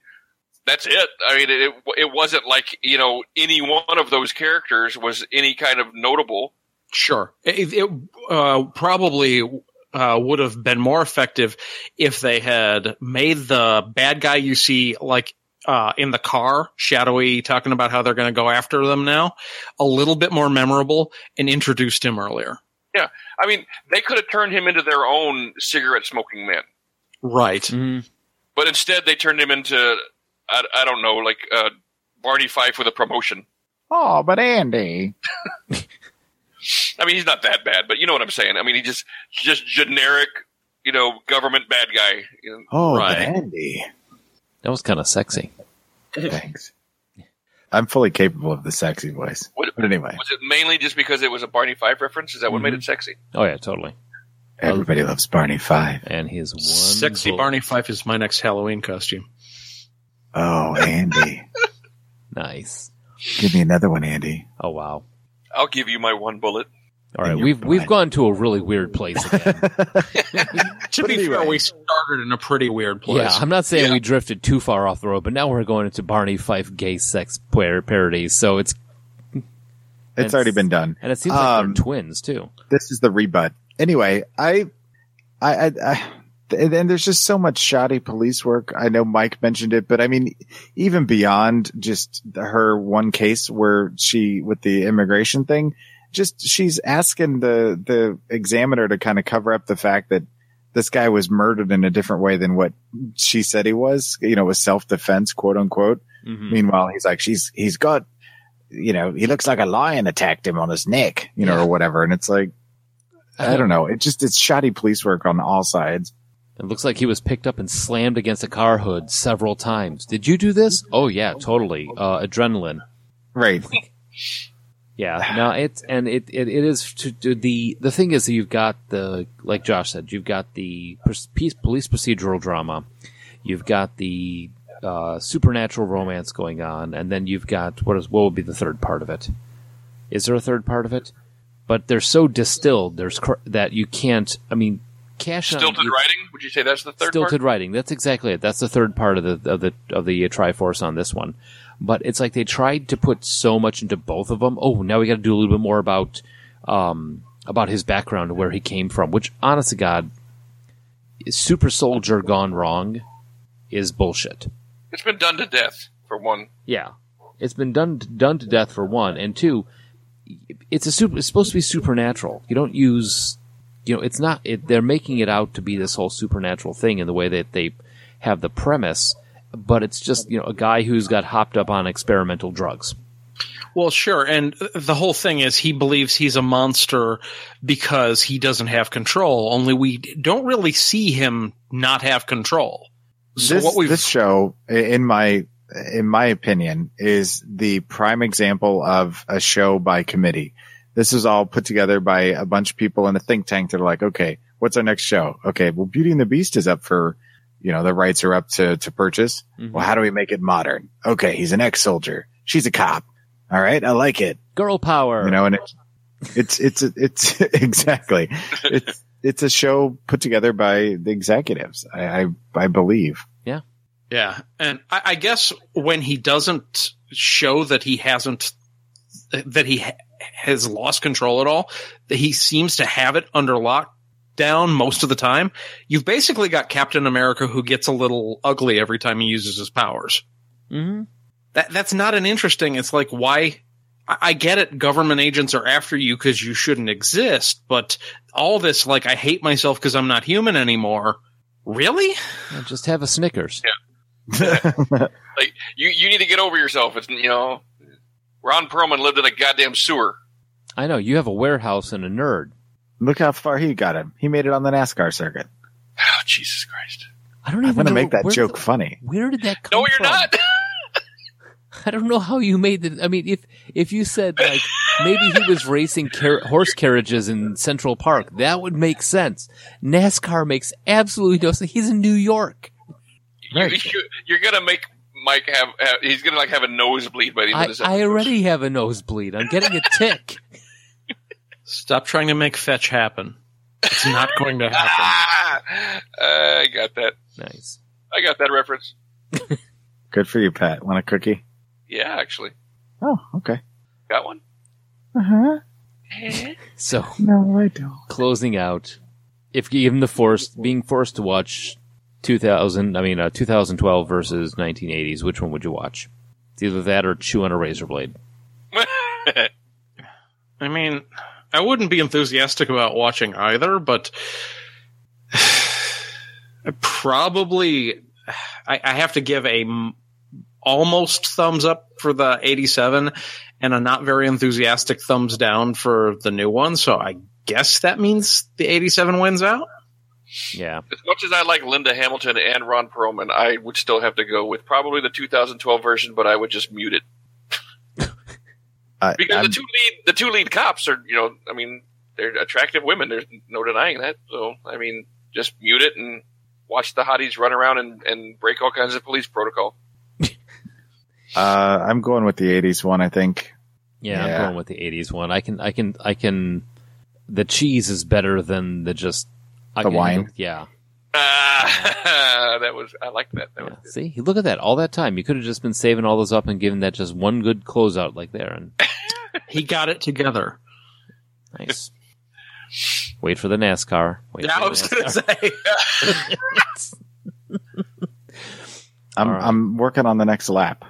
that's it. I mean, it it wasn't like you know any one of those characters was any kind of notable. Sure. It, it uh, probably uh, would have been more effective if they had made the bad guy you see, like, uh, in the car, shadowy, talking about how they're going to go after them now, a little bit more memorable and introduced him earlier. I mean, they could have turned him into their own cigarette smoking man. Right. Mm-hmm. But instead, they turned him into I, I don't know, like uh, Barney Fife with a promotion. Oh, but Andy. I mean, he's not that bad, but you know what I'm saying. I mean, he just just generic, you know, government bad guy. you know. Oh, Right. but Andy. That was kind of sexy. Thanks. I'm fully capable of the sexy voice. What- But anyway, was it mainly just because it was a Barney Fife reference? Is that what made it sexy? Oh yeah, totally. everybody loves Barney Five. And his one Sexy bull- Barney Fife is my next Halloween costume. Oh, Andy. Nice. Give me another one, Andy. Oh wow. I'll give you my one bullet. All right, And your we've we've butt. gone to a really weird place again. To But be fair, anyway. we started in a pretty weird place. yeah, I'm not saying Yeah. we drifted too far off the road, but now we're going into Barney Fife gay sex par- parodies. So it's It's It's- already been done. and it seems like Um, they're twins too. this is the rebut. Anyway, I, I, I, I and then there's just so much shoddy police work. I know Mike mentioned it, but I mean, even beyond just the- her one case where she with the immigration thing, just she's asking the the examiner to kind of cover up the fact that this guy was murdered in a different way than what she said he was. You know, with self defense, quote unquote. Mm-hmm. Meanwhile, he's like, she's, he's got, you know, he looks like a lion attacked him on his neck, you know, or whatever. And it's like, I don't know. It just, it's shoddy police work on all sides. It looks like he was picked up and slammed against a car hood several times. Did you do this? Oh yeah, totally. Uh, adrenaline. Right. Yeah, no, it's and it, it, it is to, to the the thing is that you've got the like Josh said, you've got the per- piece, police procedural drama, you've got the uh, supernatural romance going on, and then you've got what is what would be the third part of it? Is there a third part of it? But they're so distilled, there's cr- that you can't. I mean, cash on- Stilted you- writing? Would you say that's the third stilted part? writing. That's exactly it. That's the third part of the of the of the uh, Triforce on this one. But it's like they tried to put so much into both of them. Oh, now we got to do a little bit more about um about his background and where he came from. Which, honest to God, is super soldier gone wrong is bullshit. It's been done to death for one. Yeah, it's been done done to death for one, and two, it's a super. It's supposed to be supernatural. You don't use, you know, it's not. It, they're making it out to be this whole supernatural thing in the way that they have the premise, but it's just you know a guy who's got hopped up on experimental drugs. Well, sure. And the whole thing is he believes he's a monster because he doesn't have control. Only we don't really see him not have control. So this, what we've this show, i- in my, in my opinion, is the prime example of a show by committee. This is all put together by a bunch of people in a think tank that are like, okay, What's our next show? Okay. Well, Beauty and the Beast is up for, you know, the rights are up to, to purchase. Mm-hmm. Mhm. Well, how do we make it modern? Okay. He's an ex soldier. She's a cop. All right. I like it. Girl power. You know, and it, it's, it's, it's exactly, it's, it's a show put together by the executives. I, I, I believe. Yeah, and I, I guess when he doesn't show that he hasn't that he ha- has lost control at all, that he seems to have it under lockdown most of the time. You've basically got Captain America who gets a little ugly every time he uses his powers. hmm That that's not an interesting. It's like why. I I get it. Government agents are after you because you shouldn't exist. But all this, like, I hate myself because I'm not human anymore. Really? just have a Snickers. Like you, you need to get over yourself. It's you know, Ron Perlman lived in a goddamn sewer. I know you have a warehouse and a nerd. Look how far he got him. He made it on the NASCAR circuit. Oh, Jesus Christ! I don't I'm even going to know make that where joke the- funny. where did that come No, you're from? not. I don't know how you made the. I mean, if if you said like maybe he was racing car- horse carriages in Central Park, that would make sense. NASCAR makes absolutely no sense. He's in New York. you, you, you're gonna make Mike have, have. He's gonna like have a nosebleed by the end of I, this. I episode. already have a nosebleed. I'm getting a tick. Stop trying to make fetch happen. It's not going to happen. Ah! I got that. Nice. I got that reference. Good for you, Pat. Want a cookie? Yeah, actually, Oh, okay. got one. Uh huh. So No, I don't. closing out, if given the force, being forced to watch 2000, I mean uh, 2012 versus 1980s, which one would you watch? It's either that or chew on a razor blade. I mean, I wouldn't be enthusiastic about watching either, but I probably I, I have to give a m- almost thumbs up for the 87 and a not very enthusiastic thumbs down for the new one. So I guess that means the 87 wins out. Yeah, as much as I like Linda Hamilton and Ron Perlman, I would still have to go with probably the 2012 version, but I would just mute it I, because I'm- the two lead the two lead cops are you know I mean they're attractive women. There's no denying that. So I mean, just mute it and watch the hotties run around and, and break all kinds of police protocol. uh, I'm going with the 80s one, I think. yeah, Yeah. I'm going with the 80s one. I can, I can, I can. The cheese is better than the just I The can- wine. Yeah, Ah, that was I like that. That was yeah. See, look at that. All that time, you could have just been saving all those up and giving that just one good closeout like there, and He got it together. nice. Wait for the NASCAR. Wait Yeah, for I the was NASCAR. going to say. I'm, All right. I'm working on the next lap.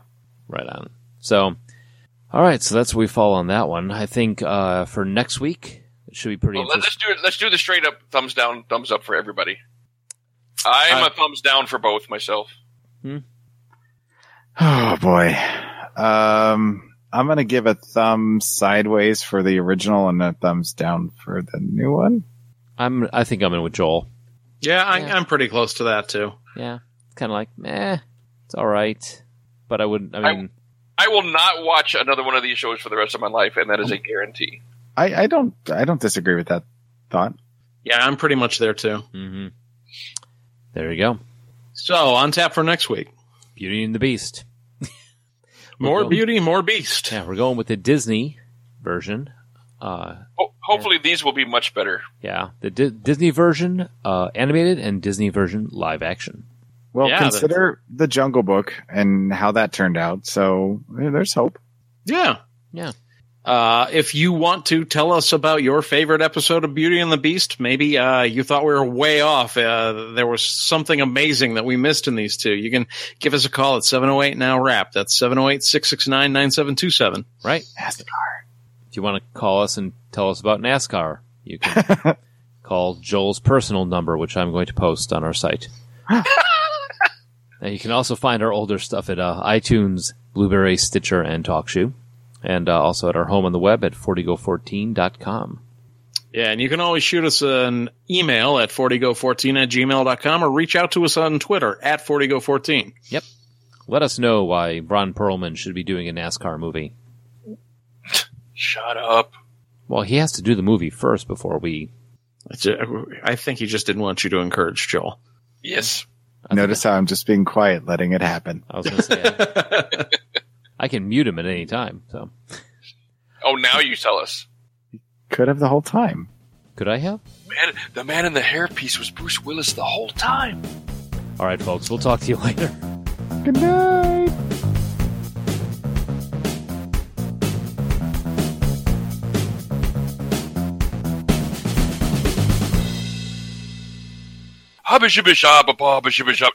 Right on. So, all right. So that's where we fall on that one. I think uh, for next week it should be pretty Well, let- interesting. let's do it. Let's do the straight up thumbs down, thumbs up for everybody. I'm a thumbs down for both myself. Oh boy. Um, I'm going to give a thumb sideways for the original and a thumbs down for the new one. I'm. I think I'm in with Joel. Yeah, I, Yeah. I'm pretty close to that too. Yeah. It's kind of like, meh. It's all right. But I wouldn't. I I- mean, I will not watch another one of these shows for the rest of my life, and that is a guarantee. I, I don't, I don't disagree with that thought. Yeah, I'm pretty much there too. mhm. there you go. So on tap for next week. Beauty and the Beast. More Well- beauty, more beast. Yeah, we're going with the Disney version. Uh, Ho- hopefully, these will be much better. yeah, the Di- Disney version uh, animated and Disney version live action. Well, Yeah, that's- consider the Jungle Book and how that turned out. So eh, there's hope. Yeah. Yeah. Uh, if you want to tell us about your favorite episode of Beauty and the Beast, maybe uh, you thought we were way off. Uh, there was something amazing that we missed in these two. You can give us a call at 708 Now Rap. That's 708 669 9727. Right. NASCAR. If you want to call us and tell us about NASCAR, you can call Joel's personal number, which I'm going to post on our site. and you can also find our older stuff at uh, iTunes, Blueberry, Stitcher, and TalkShoe. And uh, also at our home on the web at 40go14.com. Yeah, and you can always shoot us an email at 40go14 at gmail.com or reach out to us on Twitter at 40go14. Let us know why Ron Perlman should be doing a NASCAR movie. Shut up. Well, he has to do the movie first before we It's a- I think he just didn't want you to encourage Joel. Yes. Notice how I'm just being quiet, letting it happen. I was going to say I, I can mute him at any time. So Oh, now you tell us. Could have the whole time. could I have? Man, the man in the hairpiece was Bruce Willis the whole time. All right, folks. We'll talk to you later. Good night. Habba shibba shabba ba, habba shibba shab.